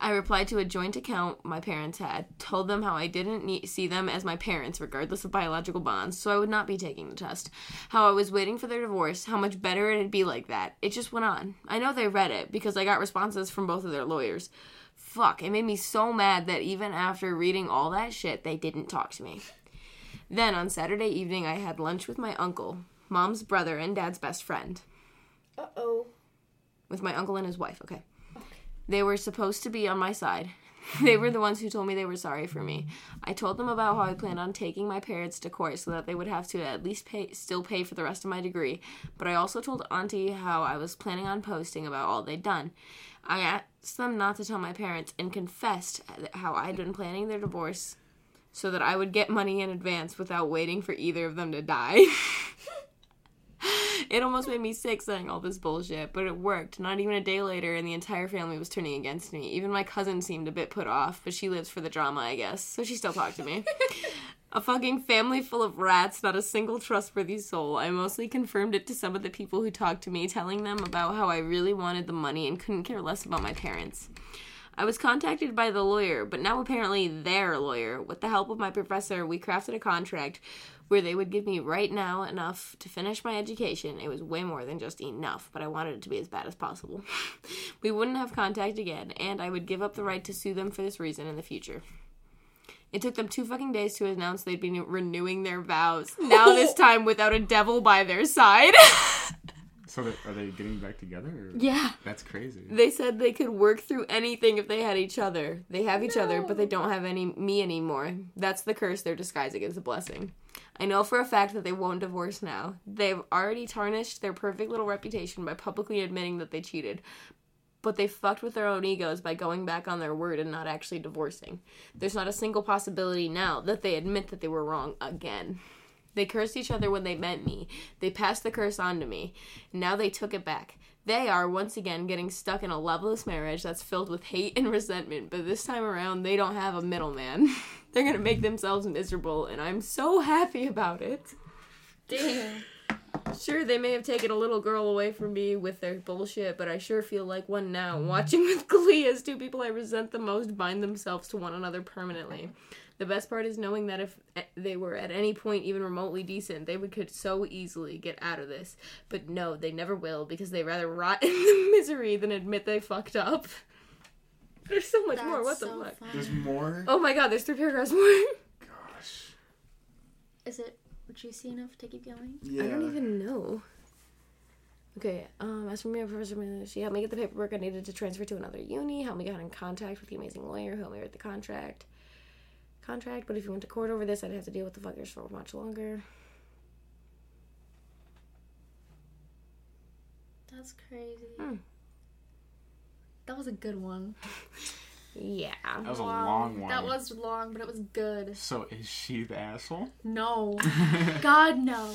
[SPEAKER 3] I replied to a joint account my parents had, told them how I didn't nee- see them as my parents, regardless of biological bonds, so I would not be taking the test. How I was waiting for their divorce, how much better it'd be like that. It just went on. I know they read it because I got responses from both of their lawyers. Fuck, it made me so mad that even after reading all that shit, they didn't talk to me. Then on Saturday evening, I had lunch with my uncle, mom's brother, and dad's best friend.
[SPEAKER 2] Uh oh.
[SPEAKER 3] With my uncle and his wife, okay. They were supposed to be on my side. (laughs) They were the ones who told me they were sorry for me. I told them about how I planned on taking my parents to court so that they would have to at least pay, still pay for the rest of my degree. But I also told Auntie how I was planning on posting about all they'd done. I asked them not to tell my parents and confessed how I'd been planning their divorce so that I would get money in advance without waiting for either of them to die. (laughs) it almost made me sick saying all this bullshit, but it worked. Not even a day later, and the entire family was turning against me. Even my cousin seemed a bit put off, but she lives for the drama, I guess, so she still talked to me. a fucking family full of rats, not a single trustworthy soul. I mostly confirmed it to some of the people who talked to me, telling them about how I really wanted the money and couldn't care less about my parents. I was contacted by the lawyer, but now apparently their lawyer. With the help of my professor, we crafted a contract where they would give me right now enough to finish my education. It was way more than just enough, but I wanted it to be as bad as possible. (laughs) we wouldn't have contact again, and I would give up the right to sue them for this reason in the future. It took them two fucking days to announce they'd been renewing their vows. Now, this time without a devil by their side. (laughs)
[SPEAKER 1] So that, are they getting back together? Or?
[SPEAKER 3] yeah.
[SPEAKER 1] That's crazy.
[SPEAKER 3] They said they could work through anything if they had each other. They have each other, but they don't have any me anymore. That's the curse they're disguising as a blessing. I know for a fact that they won't divorce now. They've already tarnished their perfect little reputation by publicly admitting that they cheated. But they fucked with their own egos by going back on their word and not actually divorcing. There's not a single possibility now that they admit that they were wrong again. They cursed each other when they met me. They passed the curse on to me. Now they took it back. They are once again getting stuck in a loveless marriage that's filled with hate and resentment, but this time around they don't have a middleman. (laughs) They're gonna make themselves miserable, and I'm so happy about it.
[SPEAKER 5] Damn.
[SPEAKER 3] Sure, they may have taken a little girl away from me with their bullshit, but I sure feel like one now, watching (laughs) with glee as two people I resent the most bind themselves to one another permanently. The best part is knowing that if eh, they were at any point even remotely decent, they would could so easily get out of this. But no, they never will because they rather rot (laughs) in the misery than admit they fucked up. (laughs) There's so much more. What
[SPEAKER 4] That's
[SPEAKER 3] the
[SPEAKER 4] so
[SPEAKER 3] fuck?
[SPEAKER 4] funny.
[SPEAKER 1] There's more.
[SPEAKER 3] Oh my god, there's three paragraphs more. (laughs)
[SPEAKER 1] Gosh.
[SPEAKER 4] Is it juicy enough to keep going?
[SPEAKER 1] Yeah.
[SPEAKER 3] I don't even know. Okay, um, as for me, Professor Miller, she helped me get the paperwork I needed to transfer to another uni, helped me get in contact with the amazing lawyer, who helped me write the contract. Contract, but if you went to court over this, I'd have to deal with the fuckers for much longer.
[SPEAKER 4] That's crazy.
[SPEAKER 3] Hmm.
[SPEAKER 4] That was a good one.
[SPEAKER 3] Yeah.
[SPEAKER 1] That was a
[SPEAKER 4] Wow.
[SPEAKER 1] long one.
[SPEAKER 4] That was long, but it was good.
[SPEAKER 1] So is she the asshole? (laughs)
[SPEAKER 4] No. God, no.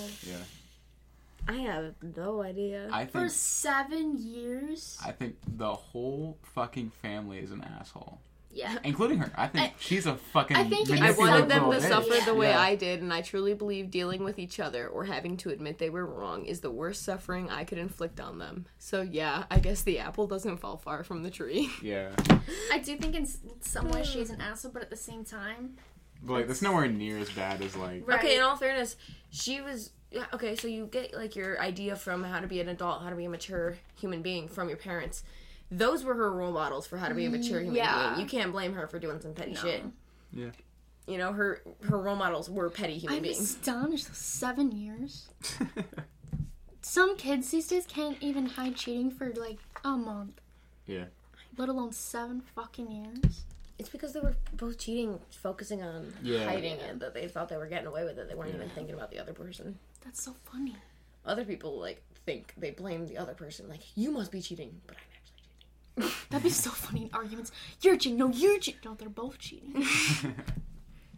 [SPEAKER 3] I have no idea.
[SPEAKER 1] I think.
[SPEAKER 4] For seven years?
[SPEAKER 1] I think the whole fucking family is an asshole,
[SPEAKER 4] Yeah.
[SPEAKER 1] including her. I think she's a fucking.
[SPEAKER 4] I think it's-
[SPEAKER 3] I
[SPEAKER 1] manipulative
[SPEAKER 3] wanted them
[SPEAKER 1] little
[SPEAKER 3] to
[SPEAKER 1] bitch.
[SPEAKER 3] suffer the way
[SPEAKER 1] Yeah.
[SPEAKER 3] I did, and I truly believe dealing with each other or having to admit they were wrong is the worst suffering I could inflict on them. So, yeah, I guess the apple doesn't fall far from the tree.
[SPEAKER 1] Yeah,
[SPEAKER 4] I do think in s- some ways she's an asshole, but at the same time.
[SPEAKER 1] but like that's nowhere near as bad as like.
[SPEAKER 4] Right.
[SPEAKER 3] Okay, in all fairness, she was yeah, okay, so you get like your idea from how to be an adult, how to be a mature human being from your parents. Those were her role models for how to be a mature human
[SPEAKER 4] Yeah.
[SPEAKER 3] being. You can't blame her for doing some petty shit.
[SPEAKER 1] Yeah.
[SPEAKER 3] you know, her her role models were petty human
[SPEAKER 4] I'm
[SPEAKER 3] beings.
[SPEAKER 4] astonished.
[SPEAKER 1] (laughs)
[SPEAKER 4] Seven years. Some kids these days can't even hide cheating for like a month.
[SPEAKER 1] Yeah.
[SPEAKER 4] Let alone seven fucking years.
[SPEAKER 3] It's because they were both cheating, focusing on
[SPEAKER 1] Yeah.
[SPEAKER 3] hiding it, that they thought they were getting away with it. They weren't
[SPEAKER 1] Yeah.
[SPEAKER 3] even thinking about the other person.
[SPEAKER 4] That's so funny.
[SPEAKER 3] Other people like think they blame the other person, like you must be cheating, but I'm actually cheating.
[SPEAKER 4] That'd be so funny in arguments. You're cheating. No, you're cheating. No, they're both
[SPEAKER 1] (laughs)
[SPEAKER 4] cheating.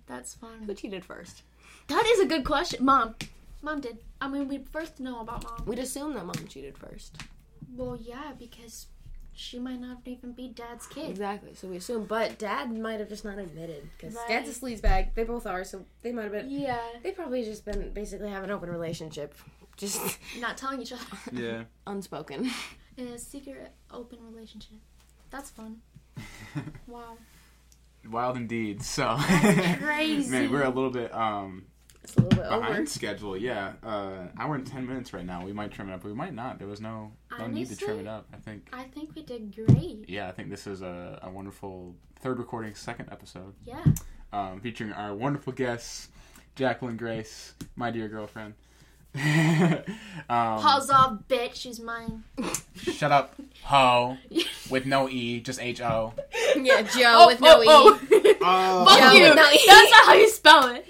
[SPEAKER 4] That's fun.
[SPEAKER 3] Who cheated first?
[SPEAKER 4] That is a good question. Mom. Mom did. I mean, we first know about mom.
[SPEAKER 3] We'd assume that mom cheated first.
[SPEAKER 4] Well, yeah, because she might not even be dad's kid.
[SPEAKER 3] Exactly. So we assume, but dad might have just not admitted because
[SPEAKER 4] Right.
[SPEAKER 3] dad's a sleazebag. They both are, so they might have been.
[SPEAKER 4] Yeah.
[SPEAKER 3] They probably just been basically have an open relationship, just (laughs)
[SPEAKER 4] Not telling each other.
[SPEAKER 1] Yeah.
[SPEAKER 3] unspoken.
[SPEAKER 4] In a secret, open relationship.
[SPEAKER 1] (laughs)
[SPEAKER 4] That's fun. Wow.
[SPEAKER 1] Wild indeed. So (laughs)
[SPEAKER 4] Crazy.
[SPEAKER 1] man, we're a little bit um
[SPEAKER 3] (laughs) It's a little bit
[SPEAKER 1] behind
[SPEAKER 3] over.
[SPEAKER 1] schedule. Yeah, uh, hour and ten minutes right now. We might trim it up. We might not. There was no no need to trim
[SPEAKER 4] Honestly,
[SPEAKER 1] it up. I think.
[SPEAKER 4] I think we did great.
[SPEAKER 1] Yeah, I think this is a, a wonderful third recording, second episode,
[SPEAKER 4] Yeah.
[SPEAKER 1] um, featuring our wonderful guests, Jacqueline Grace, my dear girlfriend. (laughs) um,
[SPEAKER 4] Paws off, bitch. She's mine.
[SPEAKER 1] Shut up, ho, with no e, just h o.
[SPEAKER 3] (laughs) Yeah, Joe with no
[SPEAKER 5] oh,
[SPEAKER 3] e.
[SPEAKER 5] oh.
[SPEAKER 1] Oh,
[SPEAKER 3] Joe
[SPEAKER 5] Fuck you.
[SPEAKER 3] with no e.
[SPEAKER 5] (laughs) That's not how you spell it.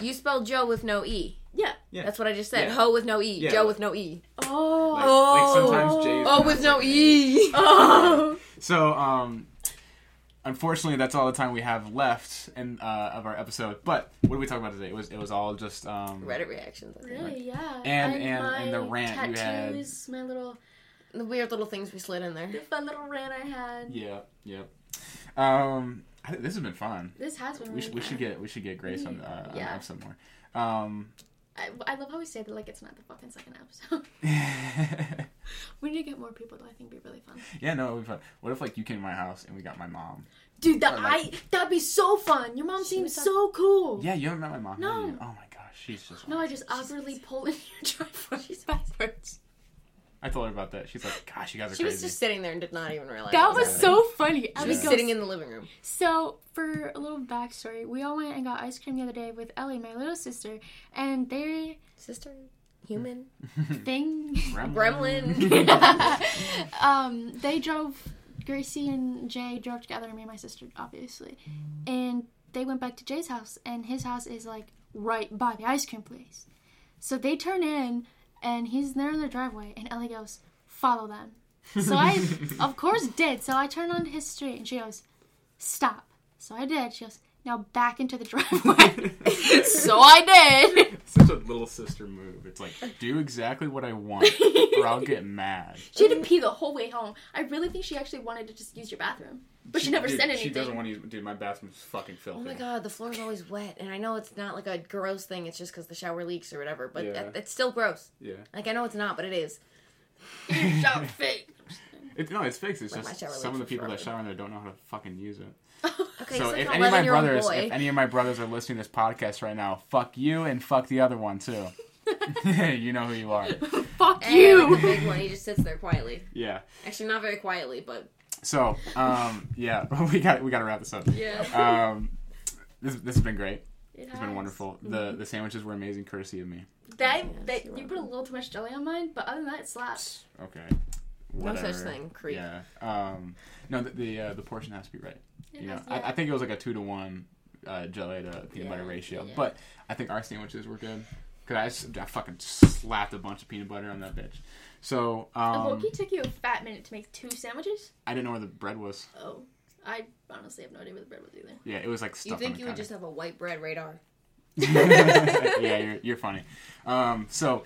[SPEAKER 3] You spelled Joe with no e.
[SPEAKER 5] Yeah.
[SPEAKER 1] Yeah.
[SPEAKER 3] That's what I just said.
[SPEAKER 1] Yeah.
[SPEAKER 3] Ho with no e.
[SPEAKER 1] Yeah.
[SPEAKER 3] Joe with no e.
[SPEAKER 5] Oh.
[SPEAKER 1] like, like sometimes J's
[SPEAKER 3] Oh, with
[SPEAKER 1] pronounced
[SPEAKER 3] no
[SPEAKER 1] like an
[SPEAKER 3] e.
[SPEAKER 5] Oh.
[SPEAKER 1] So, um, unfortunately, that's all the time we have left in, uh, of our episode. But what did we talk about today? It was it was all just um,
[SPEAKER 3] (laughs) Reddit reactions. I think.
[SPEAKER 4] Really? Yeah.
[SPEAKER 1] And- and- and the rant you had.
[SPEAKER 4] tattoos, My little,
[SPEAKER 3] The weird little things we slid in there.
[SPEAKER 4] the fun little rant I had.
[SPEAKER 1] Yeah, yeah. Um, I think this has been fun.
[SPEAKER 4] This has been.
[SPEAKER 1] We should, we
[SPEAKER 4] really
[SPEAKER 1] should get we should get Grace on, uh, on the
[SPEAKER 3] Yeah.
[SPEAKER 1] episode more. Um, (laughs)
[SPEAKER 4] fun. I, I love how we say that like it's not the fucking second episode. (laughs)
[SPEAKER 1] yeah,
[SPEAKER 4] we need to get more people. To, I think be really fun.
[SPEAKER 1] no, it'd be fun. What if like you came to my house and we got my mom?
[SPEAKER 4] Dude, that
[SPEAKER 1] Or,
[SPEAKER 4] I
[SPEAKER 1] like-
[SPEAKER 4] that'd be so fun. Your mom
[SPEAKER 3] She
[SPEAKER 4] seems
[SPEAKER 3] was on-
[SPEAKER 4] so cool.
[SPEAKER 1] Yeah, you haven't met my mom. have
[SPEAKER 4] No.
[SPEAKER 1] you? Oh my gosh, she's just.
[SPEAKER 4] No, I just awkwardly pulled in your driveway.
[SPEAKER 5] She's backwards.
[SPEAKER 1] I told her about that. She's like, gosh, you guys are
[SPEAKER 3] She was
[SPEAKER 1] crazy.
[SPEAKER 3] just sitting there and did not even realize.
[SPEAKER 5] That
[SPEAKER 3] it
[SPEAKER 5] was
[SPEAKER 1] exactly.
[SPEAKER 5] so funny. I
[SPEAKER 1] She
[SPEAKER 3] happening.
[SPEAKER 5] was
[SPEAKER 3] She was
[SPEAKER 1] Yeah.
[SPEAKER 5] going-
[SPEAKER 3] sitting in the living room.
[SPEAKER 4] So, for a little backstory, we all went and got ice cream the other day with Ellie, my little sister, and they
[SPEAKER 3] Sister,
[SPEAKER 1] (laughs)
[SPEAKER 3] human,
[SPEAKER 4] thing
[SPEAKER 3] gremlin.
[SPEAKER 4] um they drove Gracie and Jay drove together, me and my sister, obviously. And they went back to Jay's house and his house is like right by the ice cream place. So they turn in and he's there in the driveway and Ellie goes, Follow them. So I
[SPEAKER 1] (laughs)
[SPEAKER 4] of course did. So I turned onto his street and she goes, Stop. So I did. She goes, Now back into the driveway.
[SPEAKER 1] (laughs)
[SPEAKER 4] so I did.
[SPEAKER 1] Such a little sister move. It's like, do exactly what I want, or I'll
[SPEAKER 4] (laughs)
[SPEAKER 1] get mad.
[SPEAKER 4] She had to pee the whole way home. I really think she actually wanted to just use your bathroom, but she, never
[SPEAKER 1] dude,
[SPEAKER 4] said
[SPEAKER 1] She
[SPEAKER 4] anything.
[SPEAKER 1] doesn't want to use. Dude, my bathroom's fucking filthy.
[SPEAKER 3] (laughs) oh
[SPEAKER 1] (laughs)
[SPEAKER 3] my god, the floor's always wet, and I know it's not like a gross thing. It's just because the shower leaks or whatever, but
[SPEAKER 1] Yeah.
[SPEAKER 3] that, it's still gross.
[SPEAKER 1] Yeah.
[SPEAKER 3] Like I know it's not, but it is.
[SPEAKER 4] Shout fake.
[SPEAKER 1] It, no, it's fixed. It's
[SPEAKER 3] Like,
[SPEAKER 1] just
[SPEAKER 3] my shower
[SPEAKER 1] some of the
[SPEAKER 3] leaks
[SPEAKER 1] people that
[SPEAKER 3] forever.
[SPEAKER 1] shower in there don't know how to fucking use it.
[SPEAKER 3] Okay,
[SPEAKER 1] so
[SPEAKER 3] so
[SPEAKER 1] if
[SPEAKER 3] an
[SPEAKER 1] any of my
[SPEAKER 3] 11 year old
[SPEAKER 1] brothers,
[SPEAKER 3] boy.
[SPEAKER 1] if any of my brothers are listening to this podcast right now, fuck you and fuck the other one
[SPEAKER 4] (laughs)
[SPEAKER 1] too. (laughs) you know who you are.
[SPEAKER 5] fuck
[SPEAKER 3] And I like
[SPEAKER 5] you.
[SPEAKER 3] the big one, he just sits there quietly.
[SPEAKER 1] Yeah.
[SPEAKER 3] Actually, not very quietly, but
[SPEAKER 1] So, um, yeah, (laughs) we got we got to wrap this up.
[SPEAKER 3] yeah.
[SPEAKER 1] Um, this this has been great.
[SPEAKER 4] It
[SPEAKER 1] It's been wonderful. The the sandwiches were amazing, courtesy of me.
[SPEAKER 4] That,
[SPEAKER 3] Yes,
[SPEAKER 4] that
[SPEAKER 3] you're
[SPEAKER 4] you put a little too much jelly on mine, but other than that, it slaps.
[SPEAKER 1] Okay.
[SPEAKER 3] No such
[SPEAKER 1] Whatever.
[SPEAKER 3] thing, creep.
[SPEAKER 1] Yeah. Um, no, the the, uh, the portion has to be right.
[SPEAKER 4] It
[SPEAKER 1] you know,
[SPEAKER 4] has-
[SPEAKER 1] I,
[SPEAKER 4] yeah.
[SPEAKER 1] I think it was like a two to one uh, jelly to peanut
[SPEAKER 3] Yeah,
[SPEAKER 1] butter ratio.
[SPEAKER 3] yeah.
[SPEAKER 1] But I think our sandwiches were good because I, s- I fucking slapped a bunch of peanut butter on that bitch. So
[SPEAKER 4] And
[SPEAKER 1] um,
[SPEAKER 4] Loki took you a fat minute to make two sandwiches.
[SPEAKER 1] I didn't know where the bread was.
[SPEAKER 4] Oh, I honestly have no idea where the bread was either.
[SPEAKER 1] Yeah, it was like
[SPEAKER 3] You
[SPEAKER 1] stuffed.
[SPEAKER 3] think
[SPEAKER 1] on
[SPEAKER 3] you
[SPEAKER 1] the
[SPEAKER 3] would
[SPEAKER 1] counter.
[SPEAKER 3] just have a white bread radar?
[SPEAKER 1] (laughs) yeah, you're, you're funny. Um, so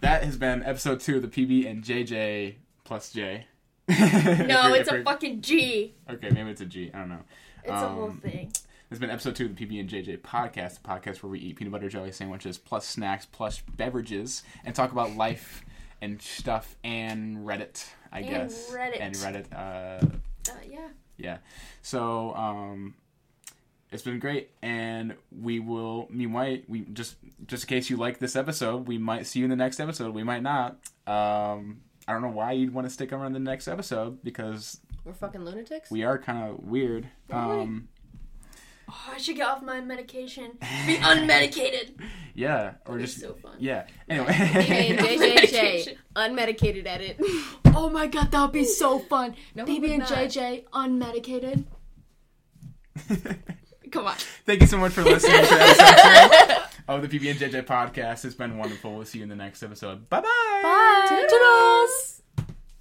[SPEAKER 1] that has been episode two of the PB and JJ plus J. (laughs)
[SPEAKER 4] No, it's a fucking G.
[SPEAKER 1] Okay, maybe it's a G. I don't know.
[SPEAKER 4] It's a whole
[SPEAKER 1] Um,
[SPEAKER 4] thing.
[SPEAKER 1] This has been episode two of the PB and JJ podcast, the podcast where we eat peanut butter jelly sandwiches plus snacks plus beverages and talk about life and stuff and Reddit, I
[SPEAKER 4] And
[SPEAKER 1] guess.
[SPEAKER 4] Reddit.
[SPEAKER 1] And Reddit. Uh,
[SPEAKER 4] Uh, yeah.
[SPEAKER 1] so um, it's been great, and we will. We might. We just just in case you like this episode, we might see you in the next episode. We might not. Um, I don't know why you'd want to stick around the next episode because
[SPEAKER 3] We're fucking lunatics.
[SPEAKER 1] we are kind of weird. Um,
[SPEAKER 2] oh, I should get off my medication. Be unmedicated.
[SPEAKER 1] (laughs) Yeah, or
[SPEAKER 2] That'd be
[SPEAKER 1] just
[SPEAKER 2] so fun.
[SPEAKER 1] yeah. (laughs)
[SPEAKER 3] Hey,
[SPEAKER 1] Anyway,
[SPEAKER 3] JJJ, unmedicated edit.
[SPEAKER 4] Oh my god, that would be so fun.
[SPEAKER 3] No,
[SPEAKER 4] BB and
[SPEAKER 3] it would not.
[SPEAKER 4] JJ unmedicated.
[SPEAKER 1] (laughs)
[SPEAKER 4] Come on.
[SPEAKER 1] thank you so much for listening to episode two
[SPEAKER 2] (laughs)
[SPEAKER 1] of the PB and JJ podcast. It's been wonderful. We'll see you in the next episode. Bye bye.
[SPEAKER 3] Toodles.